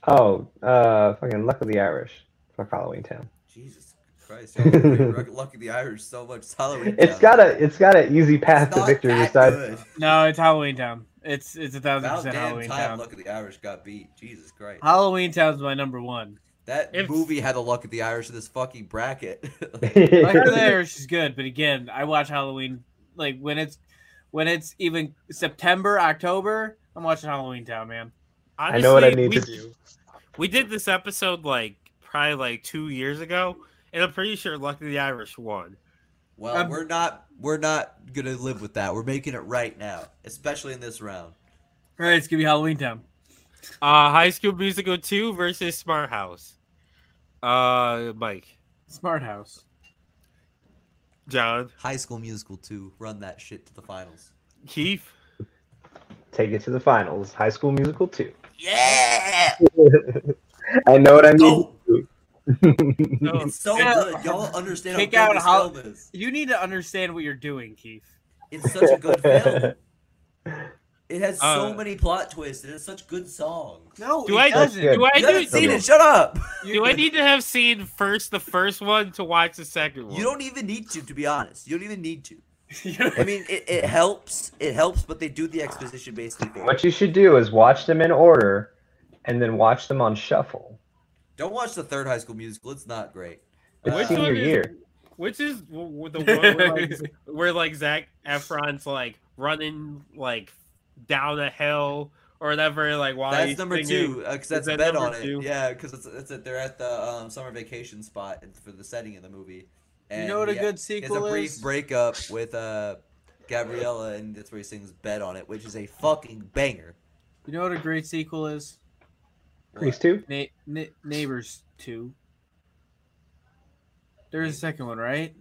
Oh, uh, fucking luck of the Irish. Fuck Halloween Town. Jesus Christ! y'all hate Lucky the Irish so much. It's Halloween. It's Town. got a it's got an easy It's path to not victory that besides good. No, it's Halloween Town. It's it's a thousand About percent damn Halloween time Town. Luck of the Irish got beat. Jesus Christ! Halloween Town's my number one. That If- movie had a Luck of the Irish in this fucking bracket. *laughs* *laughs* *laughs* Like there, she's good, but again, I watch Halloween like when it's when it's even September, October. I'm watching Halloween Town, man. I know what I need we- to do. We did this episode like probably like two years ago, and I'm pretty sure Luck of the Irish won. well, Um, we're not we're not gonna live with that. We're making it right now, especially in this round. All right, it's gonna be Halloween Town. Uh, High School Musical 2 versus Smart House. Uh, Mike, Smart House. John, High School Musical 2, run that shit to the finals. Keith. Take it to the finals. High School Musical two. Yeah, *laughs* I know what I mean. Go! No, it's so Yeah. good. Y'all understand Kick how out good this Hol- film is. You need to understand what you're doing, Keith. It's such a good *laughs* film. It has so Uh, many plot twists and it's such good songs. No, Do it I- doesn't. That's do I you do, haven't seen it. Shut up. do I need to have seen first the first one to watch the second one? You don't even need to, to be honest. You don't even *laughs* need to. You- I mean, it, it helps. It helps, but they do the exposition basically for *laughs* What it. you should do is watch them in order, and then watch them on shuffle. Don't watch the third High School Musical. It's not great. It's Uh, senior one is- year. Which is w- w- *laughs* the one where like, where like Zach Efron's like running like down a hill or whatever, like while That's he's number singing. two because Is that's that bet number on it. two? Yeah, because it's, it's they're at the um, summer vacation spot for the setting of the movie. And you know what a he good It's a sequel brief is? breakup with uh, Gabriella, and that's where he sings "Bet on It," which is a fucking banger. You know what a great sequel is? Grease two. *laughs* Na- na- Neighbors two. There's a second one, right?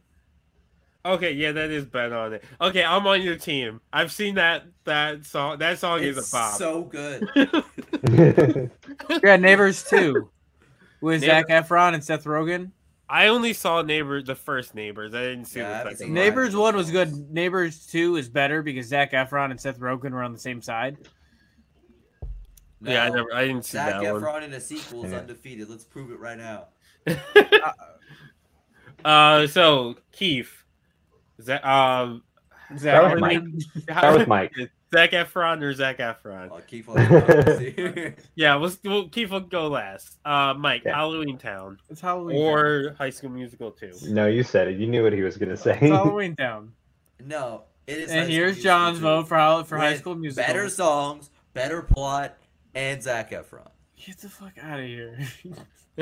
Okay, yeah, that is bet on it. Okay, I'm on your team. I've seen that that song. That song is It's a bop. so good. Yeah, Neighbors two, with Neighbor- Zach Efron and Seth Rogen. I only saw neighbor the first neighbors. I didn't see Yeah, I the haven't second. seen one. that. Neighbors Ryan. one was good. Neighbors two is better because Zach Efron and Seth Rogen were on the same side. *laughs* yeah, I No, never. I didn't see Zac that one. Efron in a sequel is Yeah. undefeated. Let's prove it right now. Uh, so Keith, Zach, um, Start with Mike. *laughs* Rogen- Start with Mike. Zach Efron or Zach Efron? I'll keep on. Halloween Yeah, we'll, we'll Keith will go last. Uh, Mike, Okay. Halloween Town It's Halloween. *laughs* Town. or High School Musical two. No, you said it. You knew what he was gonna say. It's Halloween Town. *laughs* No, it is. High And School here's Musical John's too. vote for Hall- for High With School Musical. Better songs, better plot, and Zach Efron. Get the fuck out of here. *laughs*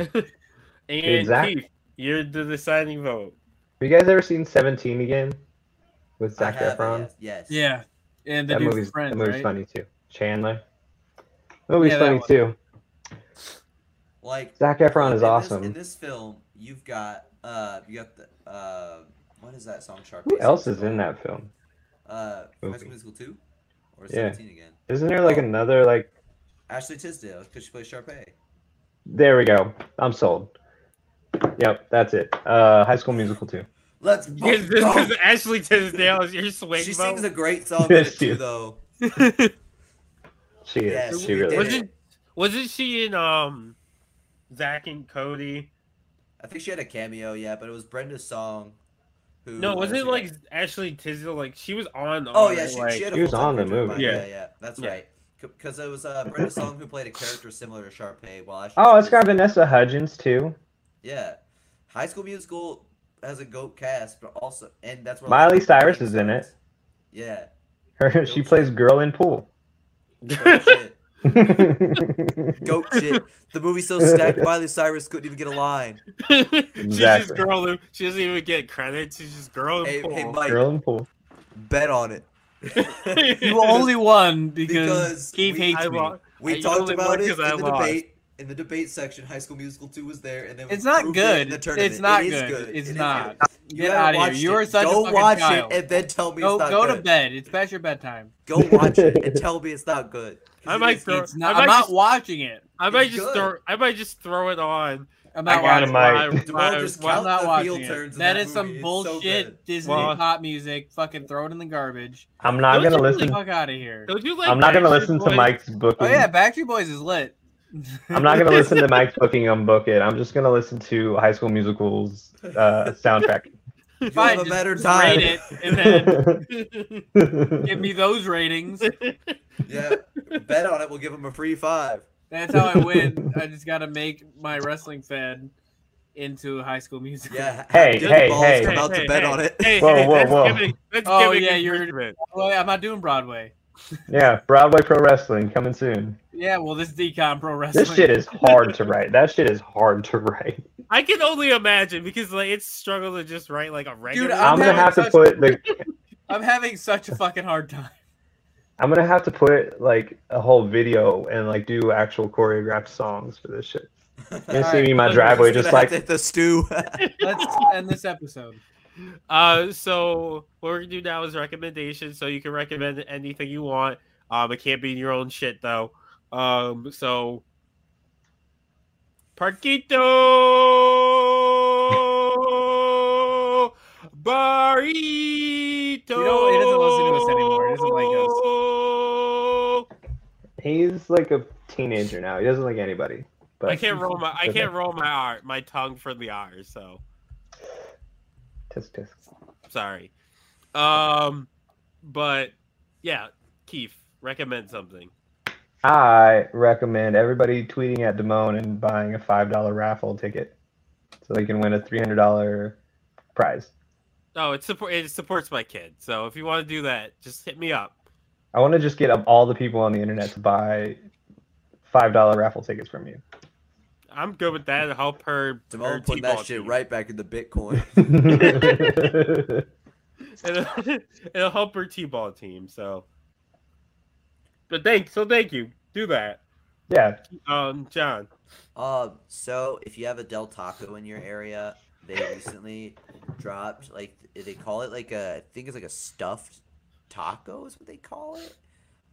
*laughs* and Exactly. Keith, you're the deciding vote. Have *laughs* you guys ever seen Seventeen again? With I Zac have it, Efron. Yes. yes. yeah, and the That dude movie's, from Friends, that movie's right? funny too. Chandler. That movie's Yeah, that funny one. too. Like Zac Efron in is this- awesome. in this film, you've got uh, you got the uh, what is that song? Shark. Who else is in that film? Uh, High movie? School Musical two, or Yeah. seventeen again? Isn't there like another like? Ashley Tisdale, because she plays Sharpay. There we go. I'm sold. Yep, that's it. Uh, High School Musical too. *laughs* Let's Yes, fucking this go. is Ashley Tisdale. Is your swing Oh. She vote? sings a *laughs* great song in Yes, it she too, is. though. She is. Yes, she we really. did it. Is. wasn't wasn't she in um Zach and Cody? I think she had a cameo, yeah, but it was Brenda's song. Who No, wasn't it actually- like Ashley Tisdale? Like she was on. Oh on yeah, it, she, like, *laughs* she had a She was full-time on the character in mind. movie. Yeah. yeah, yeah, that's Yeah. right. Because it was uh, Brenda Song who played a character similar to Sharpay. While Ashley Oh, it's Tisdale- got Vanessa Hudgens too. *laughs* Yeah, High School Musical has a goat cast, but also and that's where like, Miley the Cyrus main is in songs- it. Yeah. Her, she plays girl in pool. Goat shit. exactly. Goat shit. The movie's so *laughs* stacked, Miley Cyrus couldn't even get a line. she's just Exactly. girl. who- She doesn't even get credit. She's just girl. Hey, and hey cool. Mike, Girl in pool. bet on it. You only won because, Because Keith we- hates I me. lost. We Hey, you talked only about won it 'cause in I the lost. debate. in the debate section, High School Musical two was there, and then we It's not proved good. It in the It's tournament. not It is good. It's It is not. good. Get haven't outta here. watched You are it. such a Don't fucking watch child. it and then tell me Go it's not go good. to bed. It's past your bedtime. Go watch it and tell me it's not good. 'Cause *laughs* I it might is throw- good. It's not, I might I'm not just- watching it. I might It's just good. throw. I might just throw it on. I'm I got not a watching. mic. Why- Demone why- just why- count- I'm not the watching field turns it. in That that is some movie. It's so bullshit good. Disney Well- pop music. Fucking throw it in *laughs* the garbage. I'm not Don't gonna you listen. Fuck out of here. Don't you like? I'm not gonna Backstreet listen to Boys? Mike's booking. Oh yeah, Backstreet Boys is lit. *laughs* I'm not gonna listen to Mike's booking on Book It. I'm just gonna listen to High School Musical's uh, soundtrack. You'll Fine, have a just better rate time. it and *laughs* then give me those ratings. Yeah, bet on it. We'll give him a free five. That's how I win. I just gotta make my wrestling fan into High School Music. Yeah. *laughs* Hey, good hey, balls hey. come out to bet on it. Hey, Whoa, hey, whoa, that's whoa. Giving, that's Oh, giving yeah, you're- encouragement. Well, I'm not doing Broadway. *laughs* yeah, Broadway Pro Wrestling coming soon. Yeah, well, this decom pro wrestling. This shit is hard to write. That shit is hard to write. I can only imagine because like it's struggle to just write like a regular. I'm I'm gonna having have to such- put the I'm having such a fucking hard time. I'm gonna have to put like a whole video and like do actual choreographed songs for *laughs* this shit. You're gonna see me in my Alright. driveway He's just gonna have like to hit the *laughs* stew. *laughs* *laughs* Let's end this episode. Uh, so what we're gonna do now is recommendations. So you can recommend anything you want. Um, it can't be your own shit though. Um, so *laughs* Parquito Barito. He don't- he doesn't listen to us anymore. He doesn't like us. he's like a teenager now. He doesn't like anybody. But I can't roll my I Okay. can't roll my R my tongue for the R. So Tisk, tisk. sorry. Um, but yeah, Keith, recommend something. I recommend everybody tweeting at Damone and buying a five dollar raffle ticket so they can win a three hundred dollar prize. Oh, it support it supports my kid. So if you want to do that, just hit me up. I want to just get up all the people on the internet to buy five dollar raffle tickets *laughs* from you. *laughs* I'm good with that. I'll Help her. her Damone put T-ball that shit team. right back into Bitcoin. It'll, *laughs* it'll help her t-ball team. So, but thank so thank you. Do that, yeah, um, John. Um, so if you have a Del Taco in your area, they recently dropped like they call it like a I think it's like a stuffed taco is what they call it,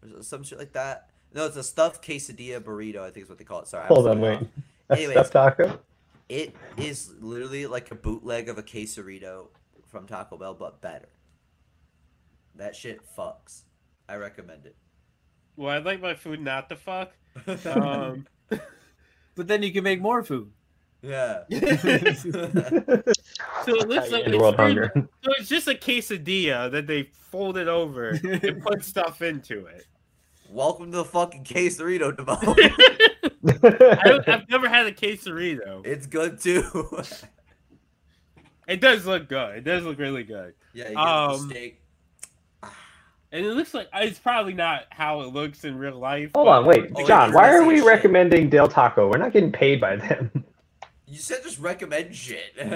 or s- some shit like that. No, it's a stuffed quesadilla burrito. I think is what they call it. Sorry, I was hold on, looking it wait. up. A Anyways. stuffed taco. It is literally like a bootleg of a quesarito from Taco Bell, but better. That shit fucks. I recommend it. Well, I'd like my food not to fuck. Um, But then you can make more food. yeah. *laughs* so it looks *laughs* like End it's world pretty- hunger. So it's just a quesadilla that they folded over and *laughs* put stuff into it. Welcome to the fucking quesarito, Devon. I, I've never had a quesarito. it's good too. *laughs* It does look good. It does look really good. Yeah, you get Um, the steak. And it looks like uh, it's probably not how it looks in real life. Hold but- on, wait, Oh, yeah, John. it's Why are messy we as shit. recommending Del Taco? We're not getting paid by them. *laughs* You said just *laughs* recommend shit. Well,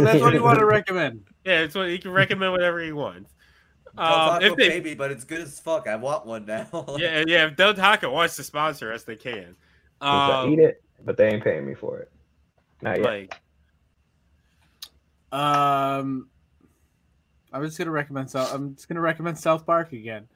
that's what *laughs* you want to recommend. Yeah, it's what you can recommend whatever you want. Del Um, Taco if they, baby, but it's good as fuck. I want one now. *laughs* yeah, yeah, if Del Taco wants to sponsor us, they can. Oh. I Um, eat it, but they ain't paying me for it. Not yet. like, Um, I'm just gonna recommend. South. I'm just gonna recommend South Park again.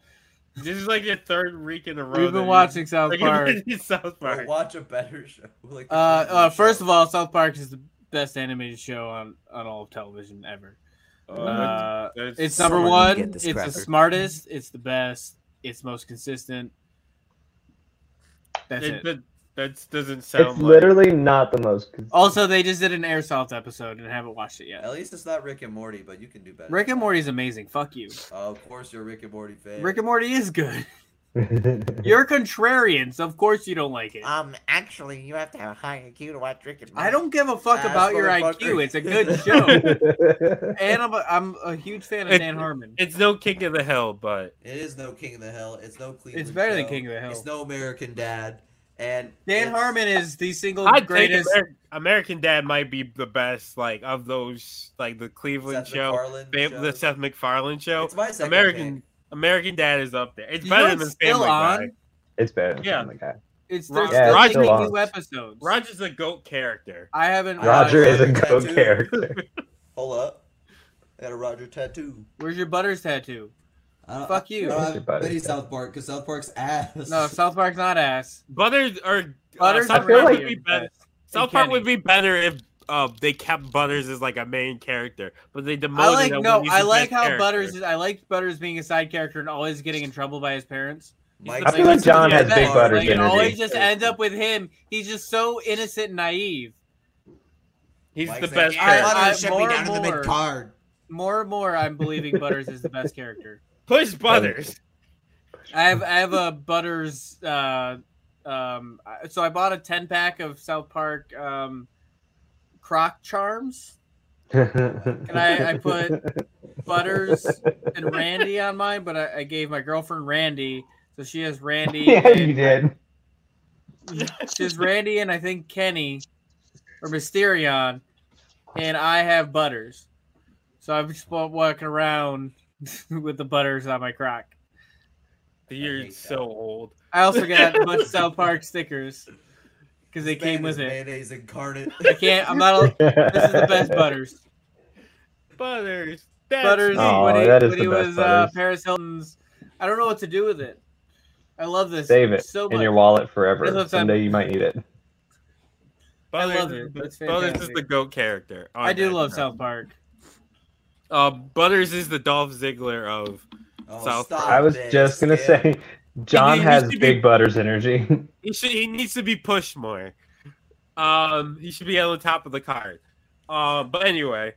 this is like your third week in a row. We've that been you- watching *laughs* South like, Park. South Or Park. watch a better show. *laughs* Like Uh, uh, first of all, South Park is the best animated show on on all of television ever. Uh, That's- it's number Someone one. get It's this the cracker. smartest. It's the best. It's most consistent. That's it- it. that, that doesn't sound It's like- literally not the *laughs* most. Also, they just did an Airsoft episode and I haven't watched it yet. at least it's not Rick and Morty, but you can do better. Rick and Morty is amazing. Fuck you. Oh, of course, you're a Rick and Morty fan. Rick and Morty is good. *laughs* You're contrarian, so of course you don't like it. Um, actually, you have to have a high IQ to watch Rick and Morty. I don't give a fuck Ass about your IQ. motherfucker. It's a good *laughs* show. and I'm a, I'm a huge fan of It- *laughs* Dan Harmon. It's no King of the Hill, but It is no King of the Hill. It's no Cleveland. It's better than Show. King of the Hill. It's no American Dad. And Dan it's- Harmon is the single I think greatest. Amer- American Dad might be the best, like of those, like the Cleveland Seth show, MacFarlane Fam- the shows. Seth MacFarlane show. It's my second American pick. American Dad is up there. It's You know better than it's Family still on? Guy. *laughs* it's Oh better. Than Yeah. Family Guy. It's Roger- there's Yeah, still it's like still new on. episodes. Roger's a goat character. I haven't. uh, Roger is watched- a Tattoo. go *laughs* character. Hold up. I got a Roger tattoo. Where's your butters tattoo? I don't, Fuck I you. don't Your have body any type. South Park because South Park's ass. No, South Park's not ass. Butters are uh, Butters. South I Park feel like- would be weird, better. but- South Park Kenny. would be better if uh, they kept Butters as like a main character, but they I demoted. like him no. when he's I a like main how character. Butters. Is, I like Butters being a side character and always getting in trouble by his parents. Mike I feel like John has big Like, Butters it always energy. just ends up with him. He's just so innocent and naive. He's Mike's the like, best. I- character. I- should more be down and in the more. mid card. More and more, I'm believing Butters is the best character. Push Butters. I have I have a Butters. Uh, um, I- so I bought a ten pack of South Park um, croc charms. and I- I *laughs* put Butters and Randy on mine, but I, I gave my girlfriend Randy, so she has Randy. *laughs* Yeah, and- you did. She has Randy and I think Kenny or Mysterion, and I have Butters. So I'm just wa- walking around *laughs* with the Butters on my crock. You're hate so old. I also got a bunch of South Park stickers because they came with it. Mayonnaise *laughs* incarnate. I can't. I'm not. A, this is the best Butters. Butters. That's Butters me. Aw, when he, that is when the he best was uh, Butters. Paris Hilton's. I don't know what to do with it. I love *laughs* this. Save it so in much. your wallet That's what forever. I'm- Someday you might need it. I Butters love is it. the- That's Butters is fantastic. the goat character. I do Oh, love yeah. South Park. Uh, Butters is the Dolph Ziggler of. Oh, South stop I was it, just gonna Skip. say, *laughs* John He- he has used to big be- Butters energy. *laughs* He should. He needs to be pushed more. Um, he should be on the top of the card. Uh, but anyway,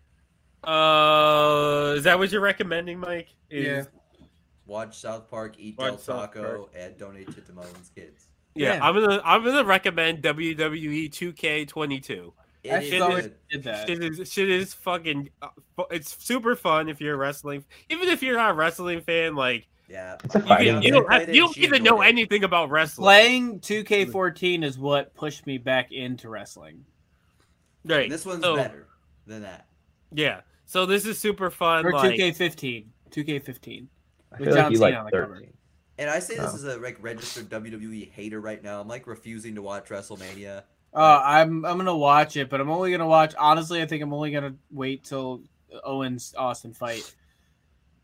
uh, is that what you're recommending, Mike? Is- Yeah. Watch South Park, eat Watch Del South Taco, and donate to Demoline's kids. yeah. Yeah. I'm gonna. I'm gonna recommend E WWE 2K22. It Ashley's is always good. did that. Shit is shit is fucking. uh, fu- It's super fun if you're a wrestling. Even if you're not a wrestling fan, like Yeah. It's a you, fighting can, game. you don't have, you don't She even know enjoyed it. anything about wrestling. Playing 2K14 is what pushed me back into wrestling. right? This one's so, better than that. Yeah. So this is super fun. Or like, 2K15. 2K15. I With feel like John you Cena on like the cover. thirteen. And I say this No. as a like registered WWE hater right now. I'm like refusing to watch WrestleMania. Uh, I'm I'm gonna watch it, but I'm only gonna watch. Honestly, I think I'm only gonna wait till Owens Austin fight.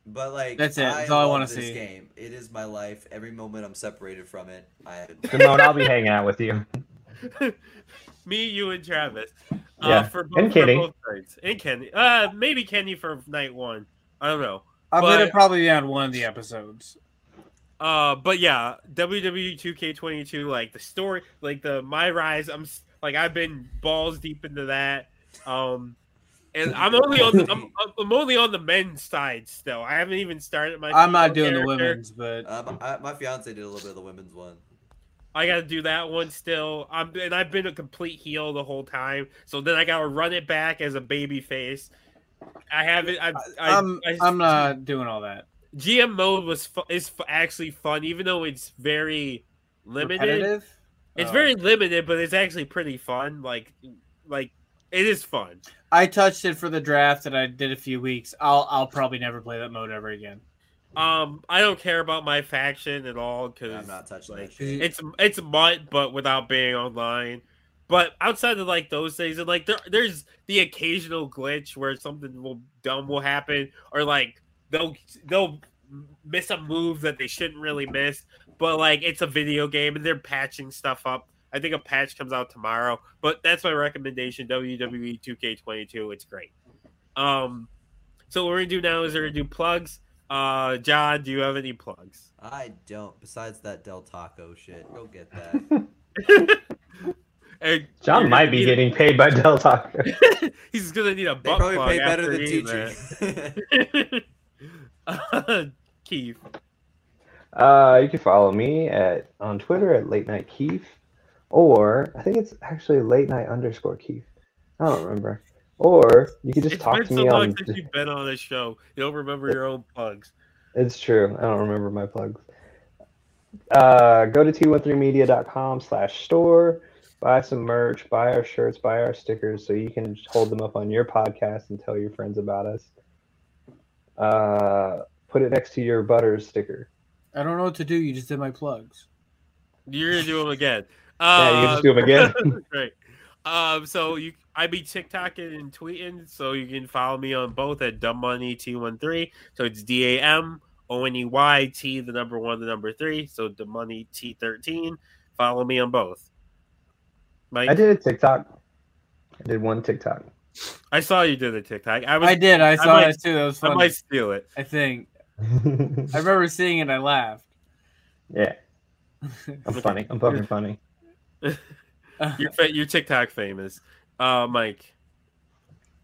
But like That's it. That's all I love wanna this see. Game. It is my life. Every moment I'm separated from it. I Simone, I'll be hanging out with you. me, you, and Travis. Uh, Yeah, for both, and for Kenny. both nights. And Kenny. Uh, maybe Kenny for night one. I don't know. I'm gonna But- probably be on one of the episodes. Uh, but yeah, E WWE 2K22, like the story, like the My Rise. I'm s- like I've been balls deep into that. Um, and I'm only on the, I'm, I'm only on the men's side still. I haven't even started my. I'm not female doing the character. women's, but um, I, my fiance did a little bit of the women's one. I got to do that one still. I'm and I've been a complete heel the whole time. So then I got to run it back as a baby face. I haven't. I, I, I'm I- I'm uh, not doing all that. GM mode was fu- is fu- actually fun, even though it's very limited. Repetitive? It's Oh. very limited, but it's actually pretty fun. Like, like it is fun. I touched it for the draft, and I did a few weeks. I'll I'll probably never play that mode ever again. Mm. Um, I don't care about my faction at all because I'm not touching like, that shit. it's it's mutt, but without being online. But outside of like those things, and like there, there's the occasional glitch where something will dumb will happen, or like they'll they'll miss a move that they shouldn't really miss. But like it's a video game, and they're patching stuff up. I think a patch comes out tomorrow, but that's my recommendation. E WWE 2K22, it's great. Um, so what we're gonna do now is we're gonna do plugs. Uh, John, do you have any plugs? I don't. Besides that Del Taco shit, go *laughs* get that. And John might be getting paid by Del Taco. *laughs* He's gonna need a They butt probably plug pay better after than you, teaching. *laughs* man. Uh, *laughs* Keith, Uh, you can follow me at on Twitter at late night Keef, or I think it's actually late night underscore Keef. I don't remember. Or you can just it's talk been to so me long on. since you've been on this show. You don't remember your own plugs. It's true. I don't remember my plugs. Uh, go to 213media.com slash store. Buy some merch. Buy our shirts. Buy our stickers so you can just hold them up on your podcast and tell your friends about us. Uh, put it next to your butters sticker. I don't know what to do. You just did my plugs. You're gonna do them again. *laughs* Yeah, you can Um, just do them again. Right. Um, so you, I be TikToking and tweeting, so you can follow me on both at Dumb Money T one three. So it's D A M O N E Y T the number one the number three. So the money T thirteen. Follow me on both. Mike, I did a TikTok. I did one TikTok. *laughs* I saw you did a TikTok. I was, I did. I saw might- that too. That was I funny. might steal it. I think I remember seeing it. and I laughed. yeah, I'm funny. I'm fucking funny. You're, fa- you're TikTok famous, uh, Mike.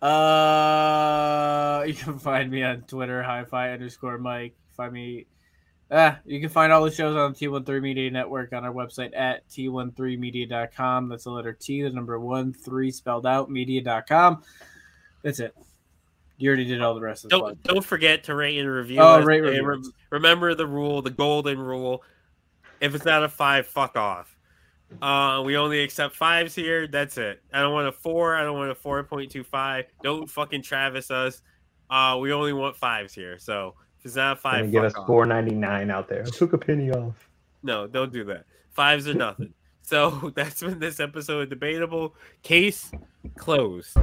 Uh, *laughs* you can find me on Twitter, hi-fi underscore Mike. Find me. Ah, you can find all the shows on the T13 Media Network on our website at t13media.com. That's the letter T, the number one, three spelled out, media.com. That's it. You already did all the rest of the plug. Don't don't forget to rate and review. Oh, us, rate, and review. rem- remember the rule, the golden rule. If it's not a five, fuck off. Uh, we only accept fives here. That's it. I don't want a four. I don't want a four point two five. Don't fucking Travis us. Uh, we only want fives here. So if it's not a Gonna five, give fuck us off. 4.99 out there. I took a penny off. No, don't do that. Fives are nothing. *laughs* so that's been this episode of Debatable. Case closed.